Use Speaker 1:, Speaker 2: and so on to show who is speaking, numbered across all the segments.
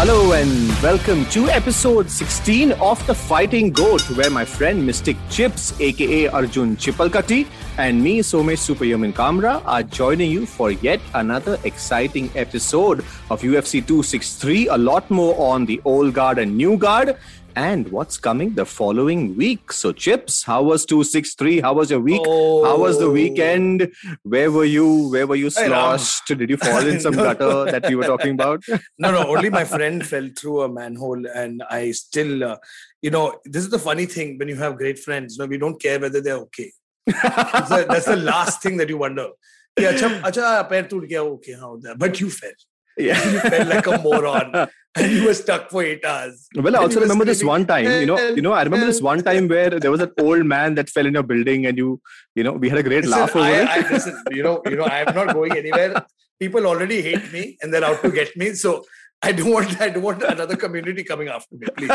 Speaker 1: Hello and welcome to episode 16 of The Fighting Goat, where my friend Mystic Chips, aka Arjun Chipalkati, and me, Somesh Superhuman Kamra, are joining you for yet another exciting episode of UFC 263. A lot more on the old guard and new guard, and what's coming the following week. So, Chips, how was 263? How was your week? How was the
Speaker 2: Oh.
Speaker 1: weekend? Where were you? Where were you
Speaker 2: Hey, Ram.
Speaker 1: sloshed? Did you fall in some gutter that we were talking about?
Speaker 2: no, no, only my friend fell through a manhole, and I still, uh, you know, this is the funny thing when you have great friends. You know, we don't care whether they're okay. That's the, that's the last thing that you wonder. Yeah, acha, acha, pair toot gaya, okay, how that? But you fell. You fell like a moron, and you were stuck for eight hours.
Speaker 1: Well, I
Speaker 2: And
Speaker 1: also
Speaker 2: he was
Speaker 1: remember this
Speaker 2: screaming,
Speaker 1: one time. You know,
Speaker 2: "Help,
Speaker 1: you know, I remember this one time where there was an old man that fell in a building, and you, you know, we had a great
Speaker 2: Listen,
Speaker 1: laugh over
Speaker 2: I,
Speaker 1: it.
Speaker 2: I, listen, you know, you know, I'm not going anywhere. People already hate me, and they're out to get me. So I don't want, I don't want another community coming after me, please.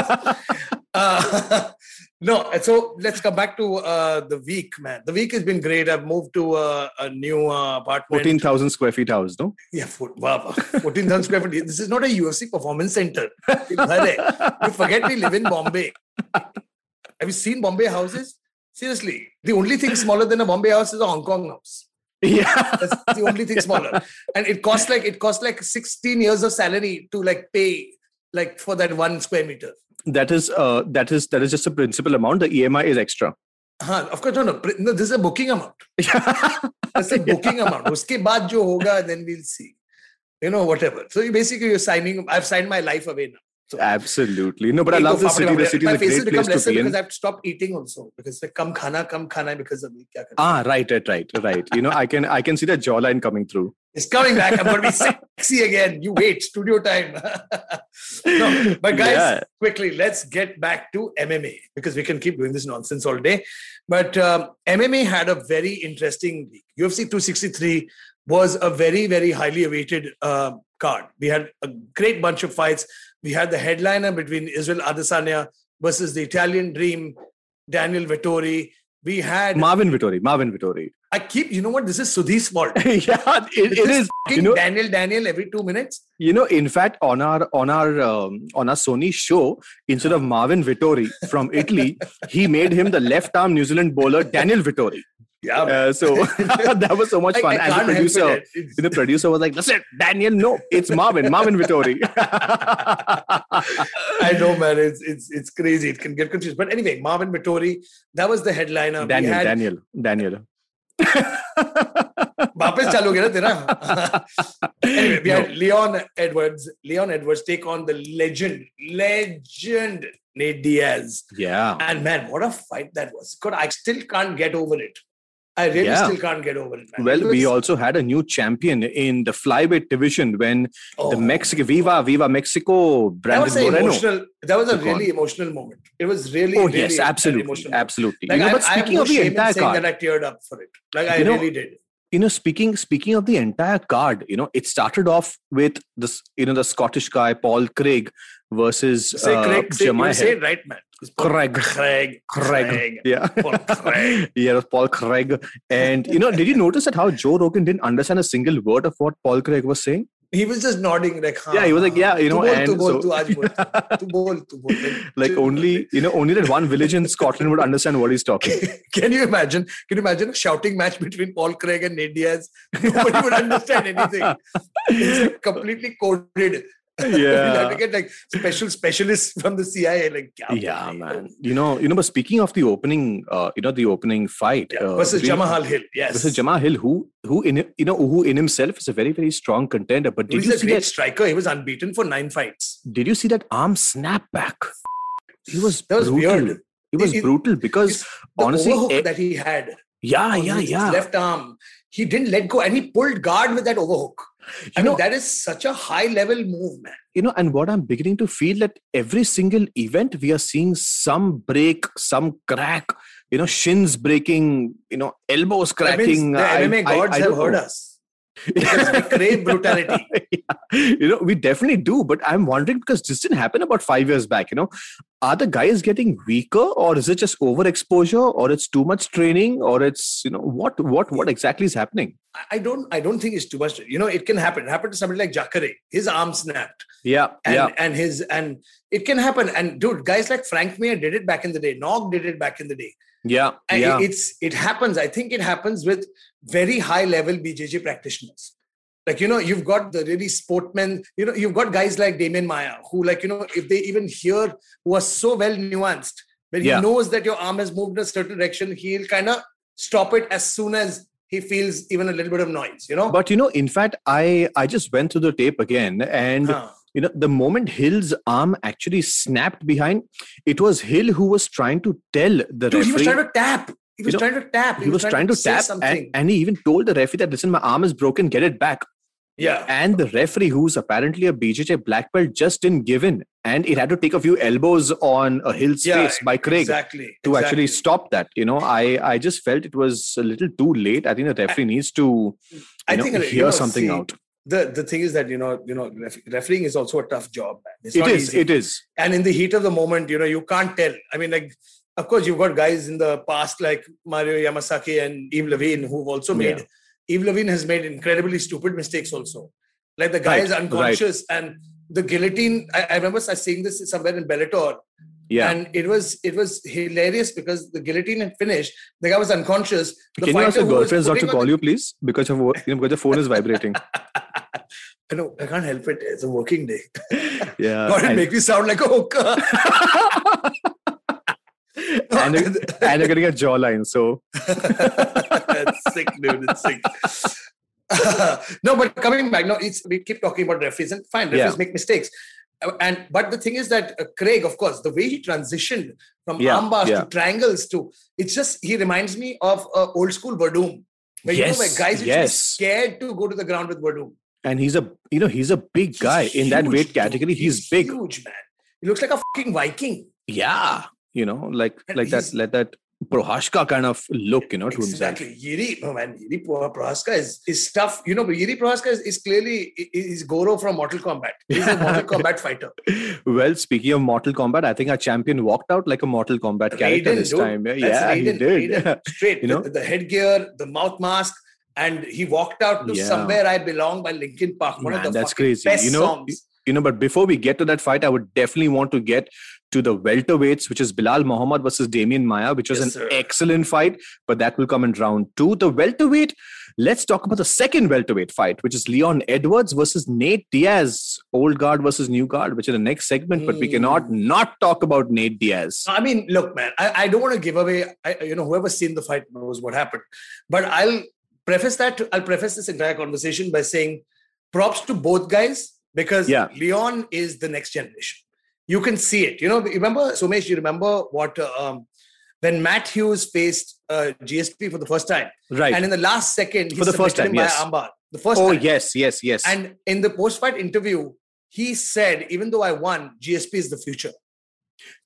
Speaker 2: Uh, no, and so let's come back to uh, the week, man. The week has been great. I've moved to uh, a new uh, apartment.
Speaker 1: Fourteen thousand square feet house, no?
Speaker 2: Yeah, four, wow, wow. 14,000 square feet. This is not a UFC performance center. In Dhare. You forget we live in Bombay. Have you seen Bombay houses? Seriously, the only thing smaller than a Bombay house is a Hong Kong house.
Speaker 1: yeah.
Speaker 2: That's the only thing smaller. And it costs like it costs like 16 years of salary to like pay like for that one square meter.
Speaker 1: That is, uh, that is, that is just a principal amount. The EMI is extra.
Speaker 2: हाँ of course no no pr- no this is a booking amount that's a
Speaker 1: Yeah.
Speaker 2: booking amount उसके बाद जो होगा then we'll see you know whatever so you basically you're signing I've signed my life away now so
Speaker 1: Absolutely. No, but I
Speaker 2: Ego
Speaker 1: love this
Speaker 2: popped
Speaker 1: city.
Speaker 2: up.
Speaker 1: The city
Speaker 2: my
Speaker 1: is a
Speaker 2: face has
Speaker 1: great
Speaker 2: become
Speaker 1: place to
Speaker 2: lesser
Speaker 1: be in.
Speaker 2: because I've stopped eating also because like कम खाना कम खाना है because of me क्या करें
Speaker 1: Ah, right, right, right, right. You know, I can, I can see the jawline coming through.
Speaker 2: It's coming back. I'm going to be sexy again. You wait, studio time. no, but guys,
Speaker 1: Yeah.
Speaker 2: quickly, let's get back to MMA because we can keep doing this nonsense all day. But um, MMA had a very interesting week. UFC 263 was a very, very highly awaited uh, card. We had a great bunch of fights. We had the headliner between Israel Adesanya versus the Italian Dream, Daniel Vettori. We had,
Speaker 1: Marvin Vittori, Marvin Vittori.
Speaker 2: I keep, you know what, this is Sudhi's fault.
Speaker 1: yeah, it, it
Speaker 2: This
Speaker 1: is. You
Speaker 2: fucking
Speaker 1: know,
Speaker 2: Daniel, Daniel, every two minutes.
Speaker 1: You know, in fact, on our on our um, on our Sony show, instead of Marvin Vittori from Italy, he made him the left arm New Zealand bowler Daniel Vittori.
Speaker 2: Yeah, man.
Speaker 1: Uh, so that was so much
Speaker 2: I-
Speaker 1: fun.
Speaker 2: I
Speaker 1: and the
Speaker 2: can't help
Speaker 1: producer,
Speaker 2: it. It's-
Speaker 1: the producer was like, "That's it, Daniel. No, it's Marvin. Marvin Vittori."
Speaker 2: I know, man. It's it's it's crazy. It can get confused. But anyway, Marvin Vittori, that was the headliner. We
Speaker 1: Daniel,
Speaker 2: had-
Speaker 1: Daniel, Daniel.
Speaker 2: वापस चालू हो गया ना तेरा? anyway, we
Speaker 1: No.
Speaker 2: had Leon Edwards. Leon Edwards take on the legend, legend Nate Diaz.
Speaker 1: Yeah.
Speaker 2: And man, what a fight that was! God, I still can't get over it. I really
Speaker 1: Yeah.
Speaker 2: still can't get over it. Man.
Speaker 1: Well,
Speaker 2: It
Speaker 1: we
Speaker 2: was-
Speaker 1: also had a new champion in the flyweight division when the
Speaker 2: Oh.
Speaker 1: Mexican Viva Viva Mexico
Speaker 2: That was
Speaker 1: Brandon
Speaker 2: an
Speaker 1: Moreno.
Speaker 2: emotional. That was a
Speaker 1: took on.
Speaker 2: really emotional moment. It was really.
Speaker 1: Oh
Speaker 2: really
Speaker 1: yes,
Speaker 2: an
Speaker 1: absolutely,
Speaker 2: emotional moment.
Speaker 1: absolutely. you
Speaker 2: Like,
Speaker 1: know,
Speaker 2: I,
Speaker 1: but
Speaker 2: I have
Speaker 1: speaking
Speaker 2: no
Speaker 1: of the
Speaker 2: shame in
Speaker 1: entire
Speaker 2: saying
Speaker 1: card,
Speaker 2: that I teared up for it. Like I
Speaker 1: You know,
Speaker 2: really did.
Speaker 1: you know, speaking speaking of the entire card, you know, it started off with this, you know, the Scottish guy Paul Craig versus
Speaker 2: Say
Speaker 1: uh,
Speaker 2: Craig. Say,
Speaker 1: Jamai
Speaker 2: you say
Speaker 1: Hill.
Speaker 2: it right, man. It's Paul
Speaker 1: Craig.
Speaker 2: Craig.
Speaker 1: Craig. Yeah.
Speaker 2: Paul Craig.
Speaker 1: Yeah, it was Paul Craig. And you know, did you notice that how Joe Rogan didn't understand a single word of what Paul Craig was saying?
Speaker 2: He was just nodding like.
Speaker 1: Yeah, he was like, yeah, you know,
Speaker 2: tu bol,
Speaker 1: and
Speaker 2: tu bol,
Speaker 1: so-
Speaker 2: tu aaj bol, tu bol, tu bol.
Speaker 1: like only you know, only that one village in Scotland would understand what he's talking.
Speaker 2: Can you imagine? Can you imagine a shouting match between Paul Craig and Nate Diaz? Nobody would understand anything. It's like completely coded. We'll have to
Speaker 1: Yeah.
Speaker 2: get like special specialists from the CIA. Like, kya
Speaker 1: Yeah,
Speaker 2: bolein?
Speaker 1: man. You know, you know, but speaking of the opening, uh, you know, the opening fight.
Speaker 2: Yeah.
Speaker 1: uh,
Speaker 2: versus
Speaker 1: between-
Speaker 2: Jamahal Hill. Yes.
Speaker 1: This is Jamal Hill, who who in you know who in himself is a very very strong contender. But did
Speaker 2: He's
Speaker 1: you
Speaker 2: a
Speaker 1: see
Speaker 2: great
Speaker 1: that?
Speaker 2: striker. He was unbeaten for nine fights.
Speaker 1: Did you see that arm snap back? He was
Speaker 2: That was
Speaker 1: brutal.
Speaker 2: weird.
Speaker 1: It was
Speaker 2: It- it-
Speaker 1: brutal because
Speaker 2: It's the
Speaker 1: honestly,
Speaker 2: overhook
Speaker 1: eh,
Speaker 2: that he had
Speaker 1: yeah,
Speaker 2: on
Speaker 1: Ah, yeah,
Speaker 2: his
Speaker 1: yeah.
Speaker 2: left arm, he didn't let go and he pulled guard with that overhook. I
Speaker 1: You
Speaker 2: mean,
Speaker 1: know-
Speaker 2: that is such a high level move, man.
Speaker 1: You know, and what I'm beginning to feel that every single event we are seeing some break, some crack. You know, shins breaking. You know, elbows
Speaker 2: That means
Speaker 1: cracking.
Speaker 2: the MMA gods have
Speaker 1: don't
Speaker 2: heard
Speaker 1: know.
Speaker 2: us. because we crave brutality.
Speaker 1: you know, we definitely do. But I'm wondering because this didn't happen about five years back. You know, are the guys getting weaker, or is it just overexposure, or it's too much training, or it's you know what what what exactly is happening?
Speaker 2: I- I don't. I don't think it's too much. You know, it can happen. It happened to somebody like Jacare. His arm snapped,
Speaker 1: Yeah,
Speaker 2: and
Speaker 1: yeah.
Speaker 2: and his and it can happen. And dude, guys like Frank Mir did it back in the day. Nog did it back in the day.
Speaker 1: Yeah,
Speaker 2: And
Speaker 1: yeah,
Speaker 2: it- it's it happens. I think it happens with very high level BJJ practitioners. Like you know, you've got the really sportmen. You know, you've got guys like Damien Maya who, like you know, if they even hear, who are so well nuanced. When
Speaker 1: Yeah.
Speaker 2: he knows that your arm has moved in a certain direction, he'll kind of stop it as soon as he feels even a little bit of noise. You know.
Speaker 1: But you know, in fact, I I just went through the tape again, and
Speaker 2: Huh.
Speaker 1: you know, the moment Hill's arm actually snapped behind, it was Hill who was trying to tell the
Speaker 2: Dude, he was
Speaker 1: referee.
Speaker 2: trying to tap. He was
Speaker 1: know,
Speaker 2: trying to tap.
Speaker 1: he was trying to
Speaker 2: say
Speaker 1: tap, and,
Speaker 2: something.
Speaker 1: and he even told the referee that listen, my arm is broken, get it back.
Speaker 2: yeah.
Speaker 1: And the referee, who's apparently a BJJ black belt, just didn't give in, and it had to take a few elbows on a Hill's
Speaker 2: Yeah,
Speaker 1: face by Craig.
Speaker 2: Exactly.
Speaker 1: To actually
Speaker 2: exactly.
Speaker 1: stop that, you know, I I just felt it was a little too late. I think the referee needs to you know,
Speaker 2: uh, you
Speaker 1: hear
Speaker 2: know,
Speaker 1: something
Speaker 2: see,
Speaker 1: out.
Speaker 2: the the thing is that you know you know ref, refereeing is also a tough job man. it's
Speaker 1: It
Speaker 2: not
Speaker 1: is,
Speaker 2: easy
Speaker 1: it is.
Speaker 2: and in the heat of the moment you know you can't tell i mean like of course you've got guys in the past like mario yamasaki and eve levine who've also made eve levine has made incredibly stupid mistakes also like the guy
Speaker 1: Right,
Speaker 2: is
Speaker 1: right.
Speaker 2: unconscious and the guillotine I, I remember seeing this somewhere in bellator
Speaker 1: Yeah.
Speaker 2: and it was it was hilarious because the guillotine had finished the guy was unconscious the
Speaker 1: Can you ask
Speaker 2: fighter
Speaker 1: your
Speaker 2: who was
Speaker 1: girlfriends not to
Speaker 2: putting on
Speaker 1: call you, please? Because your, wo- you know, because the phone is vibrating.
Speaker 2: the- I know I can't help it. It's a working day.
Speaker 1: Yeah.
Speaker 2: God, it
Speaker 1: Uh, and,
Speaker 2: make me sound like a hooker.
Speaker 1: and you- and you're getting a jawline. So,
Speaker 2: That's sick, dude. It's sick. no, but coming back, no, it's we keep talking about referees, and fine, referees
Speaker 1: Yeah.
Speaker 2: make mistakes. Uh, And but the thing is that uh, Craig, of course, the way he transitioned from
Speaker 1: Yeah,
Speaker 2: armbars
Speaker 1: yeah.
Speaker 2: to triangles to it's just he reminds me of uh, old school Verdum, where you know where
Speaker 1: Yes,
Speaker 2: guys used to be
Speaker 1: yes.
Speaker 2: scared to go to the ground with Verdum.
Speaker 1: and he's a, you know, he's a big
Speaker 2: He's
Speaker 1: guy in that
Speaker 2: huge,
Speaker 1: weight
Speaker 2: dude.
Speaker 1: category. He's, big.
Speaker 2: huge man. He looks like a fucking Viking.
Speaker 1: Yeah. You know, like,
Speaker 2: And
Speaker 1: like that,
Speaker 2: he's-
Speaker 1: like that Prohashka kind of look, you know, to himself.
Speaker 2: Exactly. Yiri, oh man, Yiri Pro- Prohaska is, is tough. You know, but Yiri Prohaska is, is clearly i- i- is Goro from Mortal Kombat. He's a Mortal Kombat fighter.
Speaker 1: Well, speaking of Mortal Kombat, I think our champion walked out like a Mortal Kombat character
Speaker 2: Raiden,
Speaker 1: this
Speaker 2: dude.
Speaker 1: time. Yeah,
Speaker 2: That's
Speaker 1: yeah he
Speaker 2: Raiden,
Speaker 1: did.
Speaker 2: Raiden. Straight.
Speaker 1: You know?
Speaker 2: the, the headgear, the mouth mask, and he walked out to
Speaker 1: Yeah.
Speaker 2: Somewhere I Belong by Linkin Park. One
Speaker 1: Man,
Speaker 2: of the
Speaker 1: that's
Speaker 2: fucking
Speaker 1: crazy.
Speaker 2: best
Speaker 1: You know,
Speaker 2: songs.
Speaker 1: you know, but before we get to that fight, I would definitely want to get to the welterweights, which is Bilal Muhammad versus Damien Maya, which was
Speaker 2: Yes,
Speaker 1: an
Speaker 2: sir.
Speaker 1: excellent fight, but that will come in round two. The welterweight, let's talk about the second welterweight fight, which is Leon Edwards versus Nate Diaz, old guard versus new guard, which is the next segment, but we cannot not talk about Nate Diaz.
Speaker 2: I mean, look, man, I, I don't want to give away, I, you know, whoever's seen the fight knows what happened. But I'll preface that, I'll preface this entire conversation by saying props to both guys because
Speaker 1: Yeah.
Speaker 2: Leon is the next generation. You can see it. You know, you remember, Somesh, you remember what, uh, um, when Matt Hughes faced uh, GSP for the first time,
Speaker 1: Right.
Speaker 2: and in the last second, he
Speaker 1: For the first
Speaker 2: submitted him
Speaker 1: time,
Speaker 2: by
Speaker 1: yes.
Speaker 2: armbar. The first
Speaker 1: oh,
Speaker 2: time.
Speaker 1: yes, yes, yes.
Speaker 2: And in the post fight interview, he said, even though I won, GSP is the future.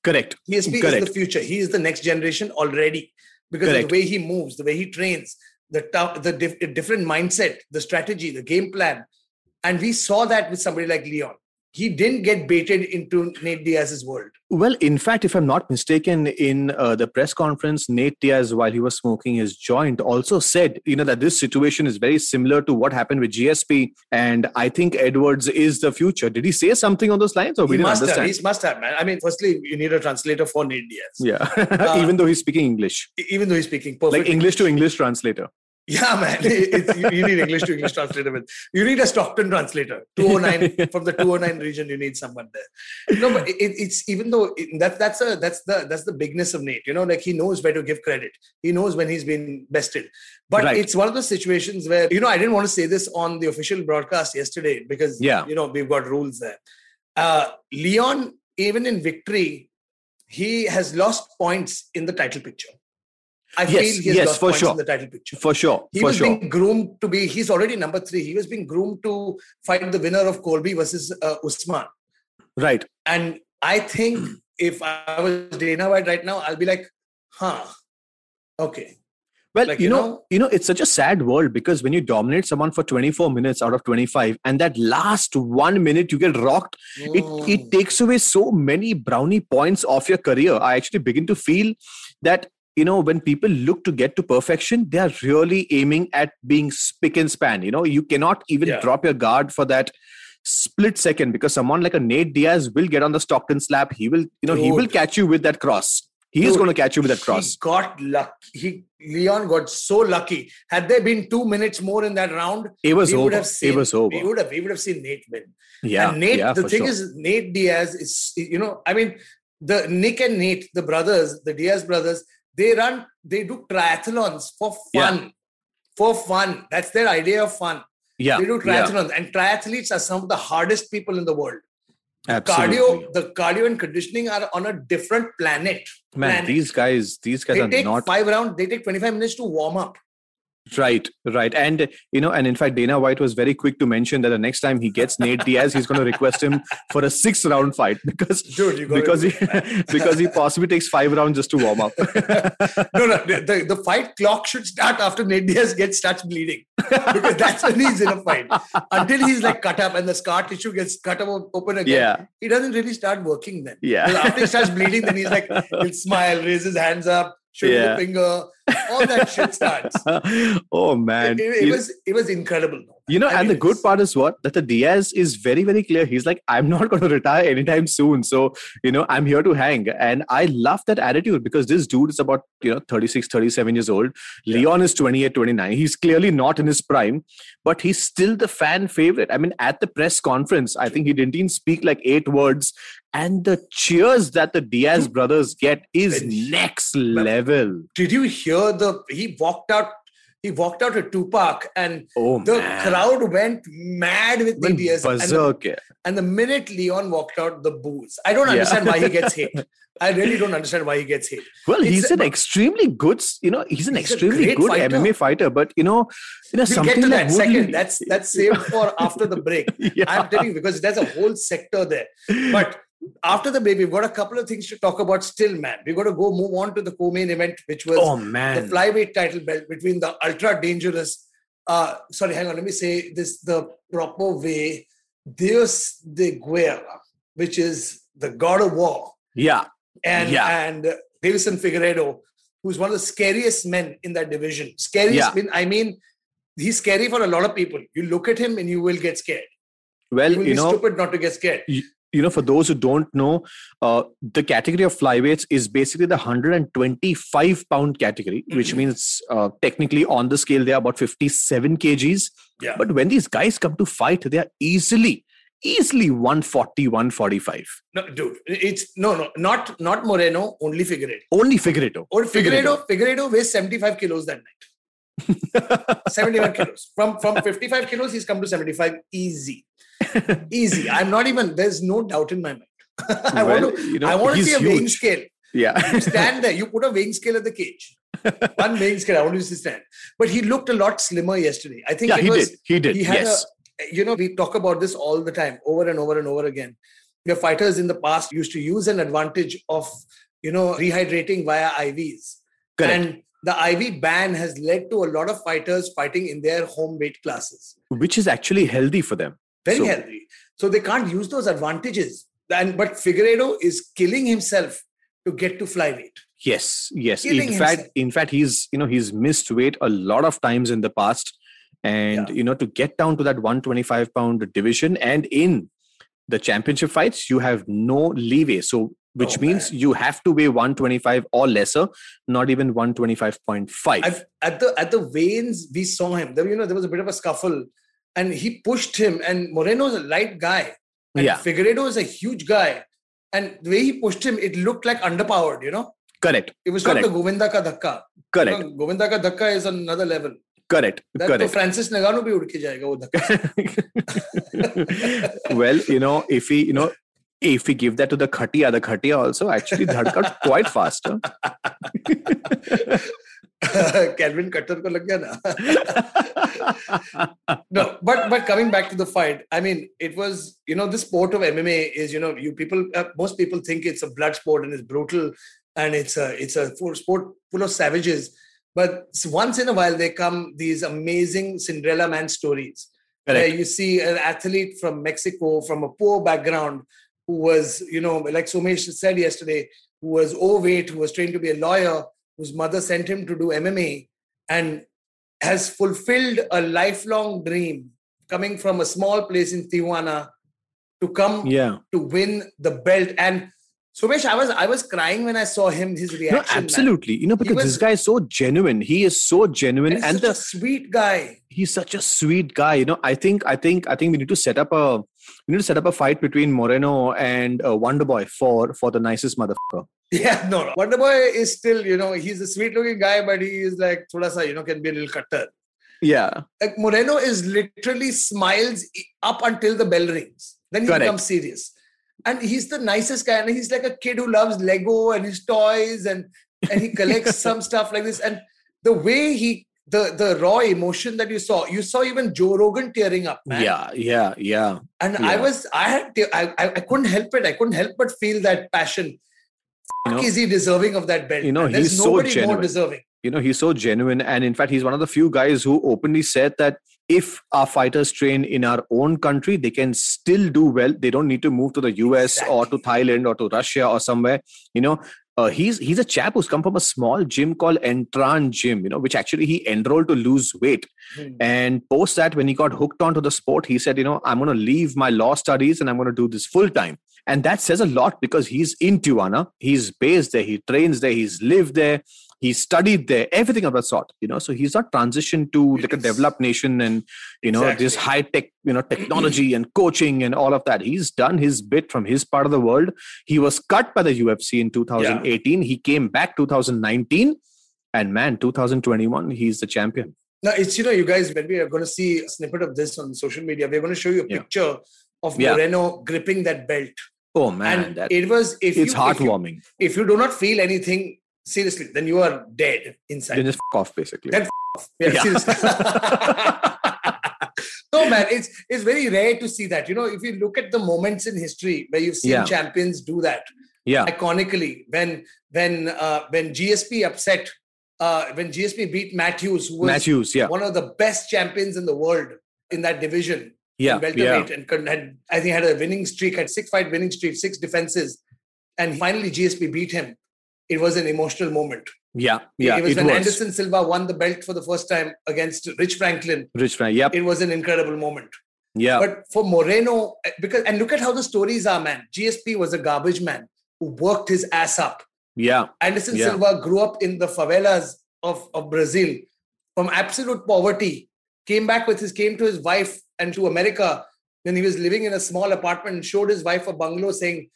Speaker 1: Correct.
Speaker 2: PSP is
Speaker 1: Correct.
Speaker 2: the future. He is the next generation already because of
Speaker 1: Correct.
Speaker 2: the way he moves, the way he trains, the tou- the dif- different mindset, the strategy, the game plan, and we saw that with somebody like Leon. He didn't get baited into Nate Diaz's world.
Speaker 1: Well, in fact, if I'm not mistaken, in uh, the press conference, Nate Diaz, while he was smoking his joint, also said, you know, that this situation is very similar to what happened with GSP, and I think Edwards is the future. Did he say something on those lines, or we
Speaker 2: He
Speaker 1: didn't
Speaker 2: must have.
Speaker 1: understand?
Speaker 2: He must have, man. I mean, firstly, you need a translator for Nate Diaz, Uh,
Speaker 1: yeah, even though he's speaking English,
Speaker 2: E- even though he's speaking perfect.
Speaker 1: like English to English translator.
Speaker 2: Yeah, man. It's, you, you need English to English translator. With. You need a Stockton translator. 209 from the 209 region. You need someone there. No, but it, it's even though it, that, that's a that's the that's the bigness of Nate. You know, like he knows where to give credit. He knows when he's been bested. But
Speaker 1: Right.
Speaker 2: it's one of those situations where you know I didn't want to say this on the official broadcast yesterday because
Speaker 1: Yeah.
Speaker 2: you know we've got rules there. Uh, Leon, even in victory, he has lost points in the title picture. I
Speaker 1: Yes,
Speaker 2: feel he has
Speaker 1: yes,
Speaker 2: lost
Speaker 1: for
Speaker 2: points
Speaker 1: sure.
Speaker 2: in the title picture
Speaker 1: For sure,
Speaker 2: he
Speaker 1: for
Speaker 2: was
Speaker 1: sure.
Speaker 2: being groomed to be he's already number three he was being groomed to fight the winner of colby versus uh, usman
Speaker 1: Right.
Speaker 2: and i think
Speaker 1: Hmm.
Speaker 2: if i was dana white right now i'll be like huh okay
Speaker 1: Well,
Speaker 2: Like,
Speaker 1: you,
Speaker 2: you
Speaker 1: know,
Speaker 2: know-
Speaker 1: you know, it's such a sad world because when you dominate someone for 24 minutes out of 25, and that last one minute you get rocked,
Speaker 2: Oh,
Speaker 1: it it takes away so many brownie points off your career. I actually begin to feel that you know when people look to get to perfection, they are really aiming at being spick and span. You know, you cannot even
Speaker 2: Yeah.
Speaker 1: drop your guard for that split second because someone like a Nate Diaz will get on the Stockton slap. He will, you know, he will
Speaker 2: Dude.
Speaker 1: catch you with that cross. He is
Speaker 2: Dude,
Speaker 1: going to catch you with that
Speaker 2: He
Speaker 1: cross.
Speaker 2: got lucky. He Leon got so lucky. Had there been two minutes more in that round,
Speaker 1: It was
Speaker 2: we would
Speaker 1: over.
Speaker 2: have seen.
Speaker 1: It was over.
Speaker 2: We would have. We would have seen Nate win.
Speaker 1: Yeah.
Speaker 2: and Nate,
Speaker 1: yeah,
Speaker 2: the
Speaker 1: for
Speaker 2: thing
Speaker 1: sure.
Speaker 2: is, Nate Diaz is, you know, I mean, the Nick and Nate, the brothers, the Diaz brothers, they run, they do triathlons for
Speaker 1: Yeah.
Speaker 2: fun. For fun. That's their idea of fun.
Speaker 1: yeah,
Speaker 2: they do
Speaker 1: yeah,
Speaker 2: triathlons. And triathletes are some of the hardest people in the world.
Speaker 1: absolutely.
Speaker 2: Cardio, the cardio and conditioning are on a different planet.
Speaker 1: man,
Speaker 2: planet.
Speaker 1: these guys, these guys
Speaker 2: they
Speaker 1: are
Speaker 2: take
Speaker 1: not
Speaker 2: five rounds, they take 25 minutes to warm up.
Speaker 1: Right, right. And, you know, and in fact, Dana White was very quick to mention that the next time he gets Nate Diaz, he's going to request him for a six round fight because.
Speaker 2: Dude, you gotta
Speaker 1: Because
Speaker 2: do
Speaker 1: he,
Speaker 2: it, man.
Speaker 1: because he possibly takes five rounds just to warm up.
Speaker 2: no, no, the, the, the fight clock should start after Nate Diaz gets starts bleeding because that's when he's in a fight. Until he's like cut up and the scar tissue gets cut up o- open again,
Speaker 1: yeah,
Speaker 2: he doesn't really start working then. Because
Speaker 1: yeah,
Speaker 2: after he starts bleeding, then he's like, he'll smile, raise his hands up, show you
Speaker 1: Yeah.
Speaker 2: the finger, all that shit starts.
Speaker 1: oh man,
Speaker 2: It, it- it
Speaker 1: You-
Speaker 2: was it was incredible.
Speaker 1: You know,
Speaker 2: I
Speaker 1: and
Speaker 2: mean,
Speaker 1: the good
Speaker 2: it's-
Speaker 1: part is what that the Diaz is very, very clear. He's like, I'm not going to retire anytime soon, so you know, I'm here to hang. And I love that attitude because this dude is about you know 36, 37 years old.
Speaker 2: Yeah.
Speaker 1: Leon is 28, 29. He's clearly not in his prime, but he's still the fan favorite. I mean, at the press conference, I think he didn't even speak like eight words, and the cheers that the Diaz brothers get is
Speaker 2: Bench.
Speaker 1: next level.
Speaker 2: Did you hear the he walked out? He walked out to Tupac and
Speaker 1: Oh
Speaker 2: the
Speaker 1: man.
Speaker 2: crowd went mad with Nate
Speaker 1: Went
Speaker 2: Diaz. And the
Speaker 1: berserk.
Speaker 2: And the minute Leon walked out, the booze. I don't
Speaker 1: Yeah.
Speaker 2: understand why he gets hate. I really don't understand why he gets hate.
Speaker 1: Well,
Speaker 2: It's
Speaker 1: he's
Speaker 2: a-
Speaker 1: an extremely good, s- you know, he's an
Speaker 2: He's a
Speaker 1: extremely
Speaker 2: great
Speaker 1: good
Speaker 2: fighter.
Speaker 1: MMA fighter, but you know, you know,
Speaker 2: We'll
Speaker 1: something
Speaker 2: get to
Speaker 1: like
Speaker 2: that second.
Speaker 1: Woodley-
Speaker 2: That's that's saved for after the break.
Speaker 1: yeah,
Speaker 2: I'm telling you because there's a whole sector there. But after the break, we've got a couple of things to talk about still, man. We've got to go move on to the co-main event, which was
Speaker 1: oh
Speaker 2: the
Speaker 1: man,
Speaker 2: flyweight title belt between the ultra dangerous. Uh, sorry, hang on. Let me say this the proper way. Dios de Guerra, which is the god of war.
Speaker 1: yeah,
Speaker 2: and
Speaker 1: Yeah.
Speaker 2: and Davison Figueredo, who's one of the scariest men in that division. Scariest
Speaker 1: Yeah.
Speaker 2: men. I mean, he's scary for a lot of people. You look at him and you will get scared.
Speaker 1: well,
Speaker 2: You will
Speaker 1: you
Speaker 2: be
Speaker 1: know,
Speaker 2: stupid not to get scared.
Speaker 1: you know, for those who don't know, uh, the category of flyweights is basically the 125 pound category, which
Speaker 2: Mhm.
Speaker 1: means uh, technically on the scale they are about 57 kgs.
Speaker 2: Yeah.
Speaker 1: But when these guys come to fight, they are easily, easily 140, 145.
Speaker 2: No, dude, it's no, no, not not Moreno, only Figueredo.
Speaker 1: Only Figueredo.
Speaker 2: Or
Speaker 1: Figueredo.
Speaker 2: Figueredo, Figueredo weighs 75 kilos that night. 75 kilos. From from 55 kilos, he's come to 75 easy. Easy. I'm not even, there's no doubt in my mind. I
Speaker 1: Well,
Speaker 2: want to
Speaker 1: you know,
Speaker 2: I want to
Speaker 1: he's
Speaker 2: see a weighing
Speaker 1: huge.
Speaker 2: scale.
Speaker 1: Yeah.
Speaker 2: you stand there. You put a weighing scale at the cage. One weighing scale. I want you to stand. But he looked a lot slimmer yesterday. I think
Speaker 1: yeah,
Speaker 2: it
Speaker 1: he
Speaker 2: was.
Speaker 1: did. He did.
Speaker 2: he had
Speaker 1: yes.
Speaker 2: a- you know, we talk about this all the time, over and over and over again. The fighters in the past used to use an advantage of you know rehydrating via IVs.
Speaker 1: Correct.
Speaker 2: And the IV ban has led to a lot of fighters fighting in their home weight classes.
Speaker 1: which is actually healthy for them.
Speaker 2: Very
Speaker 1: So-
Speaker 2: healthy. So they can't use those advantages. And but Figueredo is killing himself to get to flyweight.
Speaker 1: Yes, yes.
Speaker 2: Killing
Speaker 1: in fact,
Speaker 2: himself.
Speaker 1: in fact, he's you know he's missed weight a lot of times in the past, and
Speaker 2: Yeah.
Speaker 1: you know to get down to that 125 pound division and in the championship fights you have no leeway. So which
Speaker 2: Oh,
Speaker 1: means you have to weigh 125 or lesser, not even 125.5.
Speaker 2: I've, at the at the veins we saw him there you know there was a bit of a scuffle and he pushed him and moreno's a light guy and
Speaker 1: yeah,
Speaker 2: figueredo is a huge guy and the way he pushed him it looked like underpowered you know
Speaker 1: correct,
Speaker 2: it was not
Speaker 1: Correct.
Speaker 2: the govinda ka dhakka You
Speaker 1: correct,
Speaker 2: know, govinda ka dhakka is on another level
Speaker 1: correct,
Speaker 2: that
Speaker 1: correct.
Speaker 2: to francis nagano bhi udke jayega wo dhakka
Speaker 1: well, you know, if we, you know, if we give that to the khatia, the khatia also actually dhark out quite faster.
Speaker 2: calvin cutter ko lag gaya na no but but coming back to the fight i mean it was you know the sport of mma is you know you people uh, most people think it's a blood sport and it's brutal and it's a it's a full sport full of savages But once in a while, they come these amazing Cinderella man stories
Speaker 1: Correct.
Speaker 2: where you see an athlete from Mexico, from a poor background, who was, you know, like Somesh said yesterday, who was overweight, who was trained to be a lawyer, whose mother sent him to do MMA, and has fulfilled a lifelong dream coming from a small place in Tijuana to come
Speaker 1: Yeah.
Speaker 2: to win the belt. And Somesh, I was I was crying when I saw him, his reaction.
Speaker 1: No,
Speaker 2: man.
Speaker 1: absolutely. You know, because
Speaker 2: was-
Speaker 1: this guy is so genuine. He is so genuine,
Speaker 2: And,
Speaker 1: and
Speaker 2: such
Speaker 1: the
Speaker 2: a sweet guy.
Speaker 1: he's such a sweet guy. You know, I think, I think, I think we need to set up a we need to set up a fight between Moreno and uh, Wonder Boy for for the nicest motherfucker.
Speaker 2: Yeah, no, Wonderboy is still, you know, he's a sweet-looking guy, but he is like, thoda sa, you know, can be a little cutter.
Speaker 1: Yeah,
Speaker 2: Like Moreno is literally smiles up until the bell rings. Then he
Speaker 1: Correct.
Speaker 2: becomes serious, and he's the nicest guy. And he's like a kid who loves Lego and his toys, and and he collects some stuff like this. And the way he, the the raw emotion that you saw, you saw even Joe Rogan tearing up, man.
Speaker 1: yeah, yeah, yeah.
Speaker 2: and i
Speaker 1: Yeah.
Speaker 2: was i had to- I, I i couldn't help it i couldn't help but feel that passion
Speaker 1: You know-
Speaker 2: is he deserving of that belt
Speaker 1: You know,
Speaker 2: And there's
Speaker 1: he's so
Speaker 2: nobody more
Speaker 1: genuine.
Speaker 2: deserving
Speaker 1: You know, he's so genuine, and in fact, he's one of the few guys who openly said that if our fighters train in our own country, they can still do well. They don't need to move to the US or to Thailand or to Russia or somewhere. You know. Uh, he's he's a chap who's come from a small gym called Entran Gym, you know, which actually he enrolled to lose weight.
Speaker 2: Hmm.
Speaker 1: And post that, when he got hooked onto the sport, he said, you know, I'm going to leave my law studies and I'm going to do this full time. And that says a lot because he's in Tijuana. He's based there. He trains there. He's lived there. He studied there. Everything of that sort, you know. So he's not transitioned to like a
Speaker 2: Yes.
Speaker 1: developed nation and you know this
Speaker 2: Exactly.
Speaker 1: high tech, you know, technology and coaching and all of that. He's done his bit from his part of the world. He was cut by the UFC in 2018. He came back 2019, and man, 2021, he's the champion.
Speaker 2: now it's you know you guys when we are going to see a snippet of this on social media we're going to show you a
Speaker 1: Yeah.
Speaker 2: picture of
Speaker 1: Yeah.
Speaker 2: moreno gripping that belt
Speaker 1: Oh man,
Speaker 2: and
Speaker 1: that
Speaker 2: it was
Speaker 1: it's
Speaker 2: if you, if you,
Speaker 1: heartwarming.
Speaker 2: if you do not feel anything seriously then you are dead inside
Speaker 1: Then just f- off, basically.
Speaker 2: That- Yeah,
Speaker 1: Yeah.
Speaker 2: seriously. no man, it's it's very rare to see that. You know, if you look at the moments in history where you've seen
Speaker 1: Yeah.
Speaker 2: champions do that
Speaker 1: yeah,
Speaker 2: iconically, when when uh, when GSP upset, uh, when GSP beat Matthews, who was
Speaker 1: Matthews. Yeah,
Speaker 2: one of the best champions in the world in that division,
Speaker 1: yeah,
Speaker 2: in welterweight,
Speaker 1: yeah.
Speaker 2: and con- had, I think had a winning streak, had six fight winning streak, six defenses, and finally GSP beat him. It was an emotional moment.
Speaker 1: Yeah, yeah.
Speaker 2: it was
Speaker 1: It
Speaker 2: when
Speaker 1: was
Speaker 2: Anderson Silva won the belt for the first time against Rich Franklin.
Speaker 1: Rich Frank. Yep.
Speaker 2: It was an incredible moment.
Speaker 1: Yeah.
Speaker 2: But for Moreno, eh, because and look at how the stories are, man. GSP was a garbage man who worked his ass up.
Speaker 1: yeah.
Speaker 2: Anderson
Speaker 1: Yeah.
Speaker 2: Silva grew up in the favelas of, of Brazil from absolute poverty, came back with his came to his wife and to America when he was living in a small apartment and showed his wife a bungalow saying,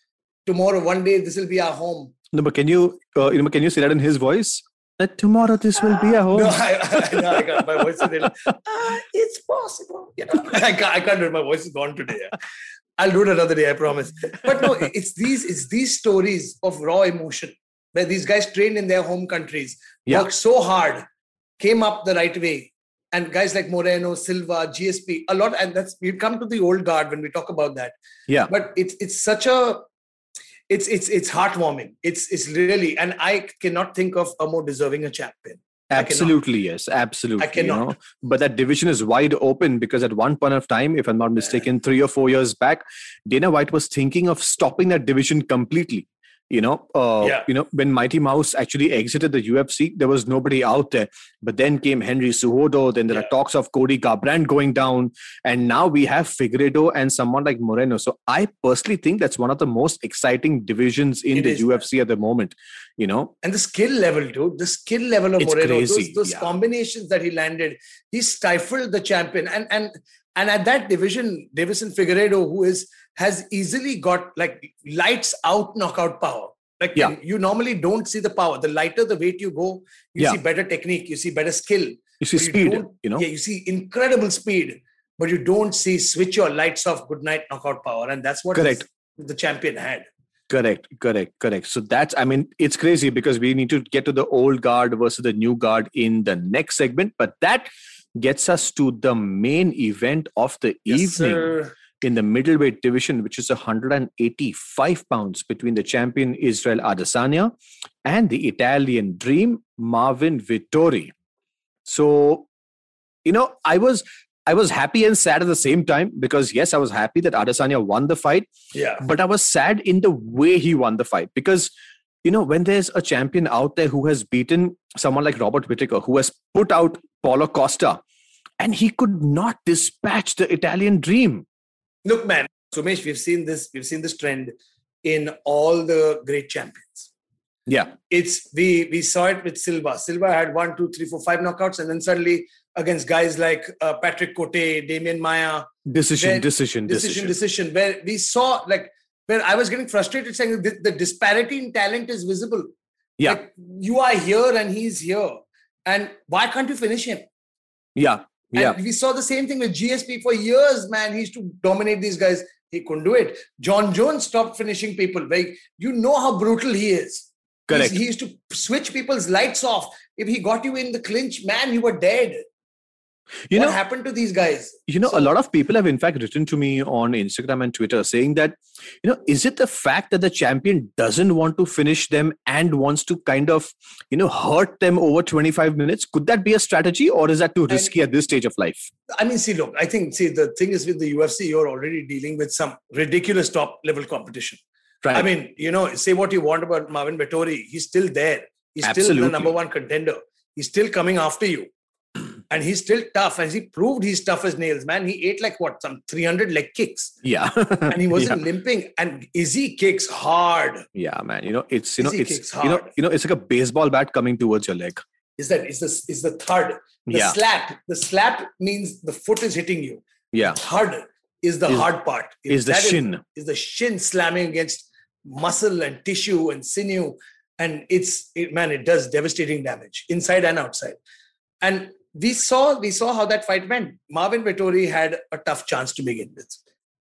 Speaker 2: Tomorrow, one day, this will be our home.
Speaker 1: No, but can you, uh, you know, can you say that in his voice? That tomorrow this will be a home.
Speaker 2: No, I, I, no, I got my voice is little. Uh, it's possible. You know, I can't. I can't do it. My voice is gone today. I'll do it another day. I promise. But no, it's these. It's these stories of raw emotion where these guys trained in their home countries,
Speaker 1: Yeah.
Speaker 2: worked so hard, came up the right way, and guys like Moreno, Silva, GSP, a lot. And that's we come to the old guard when we talk about that.
Speaker 1: Yeah.
Speaker 2: But it's it's such a it's it's it's heartwarming. It's it's really, and I cannot think of a more deserving a champion. cannot.
Speaker 1: absolutely yes, absolutely. You know?
Speaker 2: cannot.
Speaker 1: But that division is wide open because at one point of time, if I'm not mistaken, three or four years back, Dana White was thinking of stopping that division completely. You know, uh,
Speaker 2: Yeah.
Speaker 1: you know, when Mighty Mouse actually exited the UFC, there was nobody out there. But then came Henry Suhodo. Then there are
Speaker 2: Yeah.
Speaker 1: talks of Cody Garbrandt going down, and now we have Figueredo and someone like Moreno. So I personally think that's one of the most exciting divisions in
Speaker 2: It
Speaker 1: the
Speaker 2: is, man.
Speaker 1: UFC at the moment. You know,
Speaker 2: and the skill level, dude. The skill level of
Speaker 1: It's
Speaker 2: Moreno,
Speaker 1: crazy,
Speaker 2: those, those
Speaker 1: yeah.
Speaker 2: combinations that he landed, he stifled the champion. And and and at that division, Davison Figueredo, who is has easily got like lights out knockout power. Like
Speaker 1: Yeah.
Speaker 2: you, you normally don't see the power. The lighter the weight you go, you
Speaker 1: Yeah.
Speaker 2: see better technique, you see better skill.
Speaker 1: you see
Speaker 2: But you
Speaker 1: speed.
Speaker 2: don't-
Speaker 1: you know,
Speaker 2: Yeah, you see incredible speed, but you don't see switch your lights off, good night knockout power. And that's what
Speaker 1: Correct.
Speaker 2: this- the champion had.
Speaker 1: Correct, correct, correct. So that's, I mean, it's crazy because we need to get to the old guard versus the new guard in the next segment. But that gets us to the main event of the evening.
Speaker 2: sir.
Speaker 1: in the middleweight division, which is 185 pounds between the champion Israel Adesanya and the Italian dream Marvin Vittori. So, you know, I was I was happy and sad at the same time because yes, I was happy that Adesanya won the fight,
Speaker 2: Yeah.
Speaker 1: but I was sad in the way he won the fight because you know when there's a champion out there who has beaten someone like Robert Whittaker who has put out Paulo Costa and he could not dispatch the Italian dream.
Speaker 2: Look, man, Sumesh, we've seen this, we've seen this trend in all the great champions.
Speaker 1: Yeah,
Speaker 2: It's we we saw it with Silva. Silva had one, two, three, four, five knockouts, and then suddenly against guys like uh, Patrick Cote, Damien Maya,
Speaker 1: decision,
Speaker 2: Then
Speaker 1: decision,
Speaker 2: decision,
Speaker 1: decision,
Speaker 2: decision, where we saw like where I was getting frustrated saying the, the disparity in talent is visible.
Speaker 1: Yeah.
Speaker 2: Like, you are here and he's here. And why can't you finish him?
Speaker 1: Yeah, yeah,
Speaker 2: And we saw the same thing with GSP for years, man. He used to dominate these guys. He couldn't do it. John Jones stopped finishing people. Like, you know how brutal he is. He's-
Speaker 1: correct.
Speaker 2: he used to switch people's lights off. If he got you in the clinch, man, you were dead.
Speaker 1: You
Speaker 2: what
Speaker 1: know,
Speaker 2: happened to these guys?
Speaker 1: you know,
Speaker 2: So-
Speaker 1: a lot of people have in fact written to me on Instagram and Twitter saying that, you know, is it the fact that the champion doesn't want to finish them and wants to kind of, you know, hurt them over 25 minutes? Could that be a strategy or is that too risky at this stage of life?
Speaker 2: I mean, see, look, I think, see, the thing is with the UFC, you're already dealing with some ridiculous top level competition.
Speaker 1: Right.
Speaker 2: I mean, you know, say what you want about Marvin Vettori, he's still there. He's still
Speaker 1: Absolutely.
Speaker 2: the number one contender. He's still coming after you. And he's still tough. And he proved he's tough as nails, man. He ate like what, some 300 leg kicks.
Speaker 1: yeah.
Speaker 2: And he wasn't limping. And Izzy kicks hard.
Speaker 1: yeah, man. You know, it's you know,
Speaker 2: Izzy
Speaker 1: it's
Speaker 2: kicks
Speaker 1: you know,
Speaker 2: hard.
Speaker 1: you know, it's like a baseball bat coming towards your leg.
Speaker 2: Is that is this is the thud. The
Speaker 1: yeah.
Speaker 2: slap. The slap means the foot is hitting you.
Speaker 1: yeah.
Speaker 2: Thud is the
Speaker 1: Is-
Speaker 2: hard part. If
Speaker 1: Is the
Speaker 2: that
Speaker 1: shin.
Speaker 2: is the shin slamming against muscle and tissue and sinew and it's it, man it does devastating damage inside and outside and we saw we saw how that fight went marvin vittori had a tough chance to begin with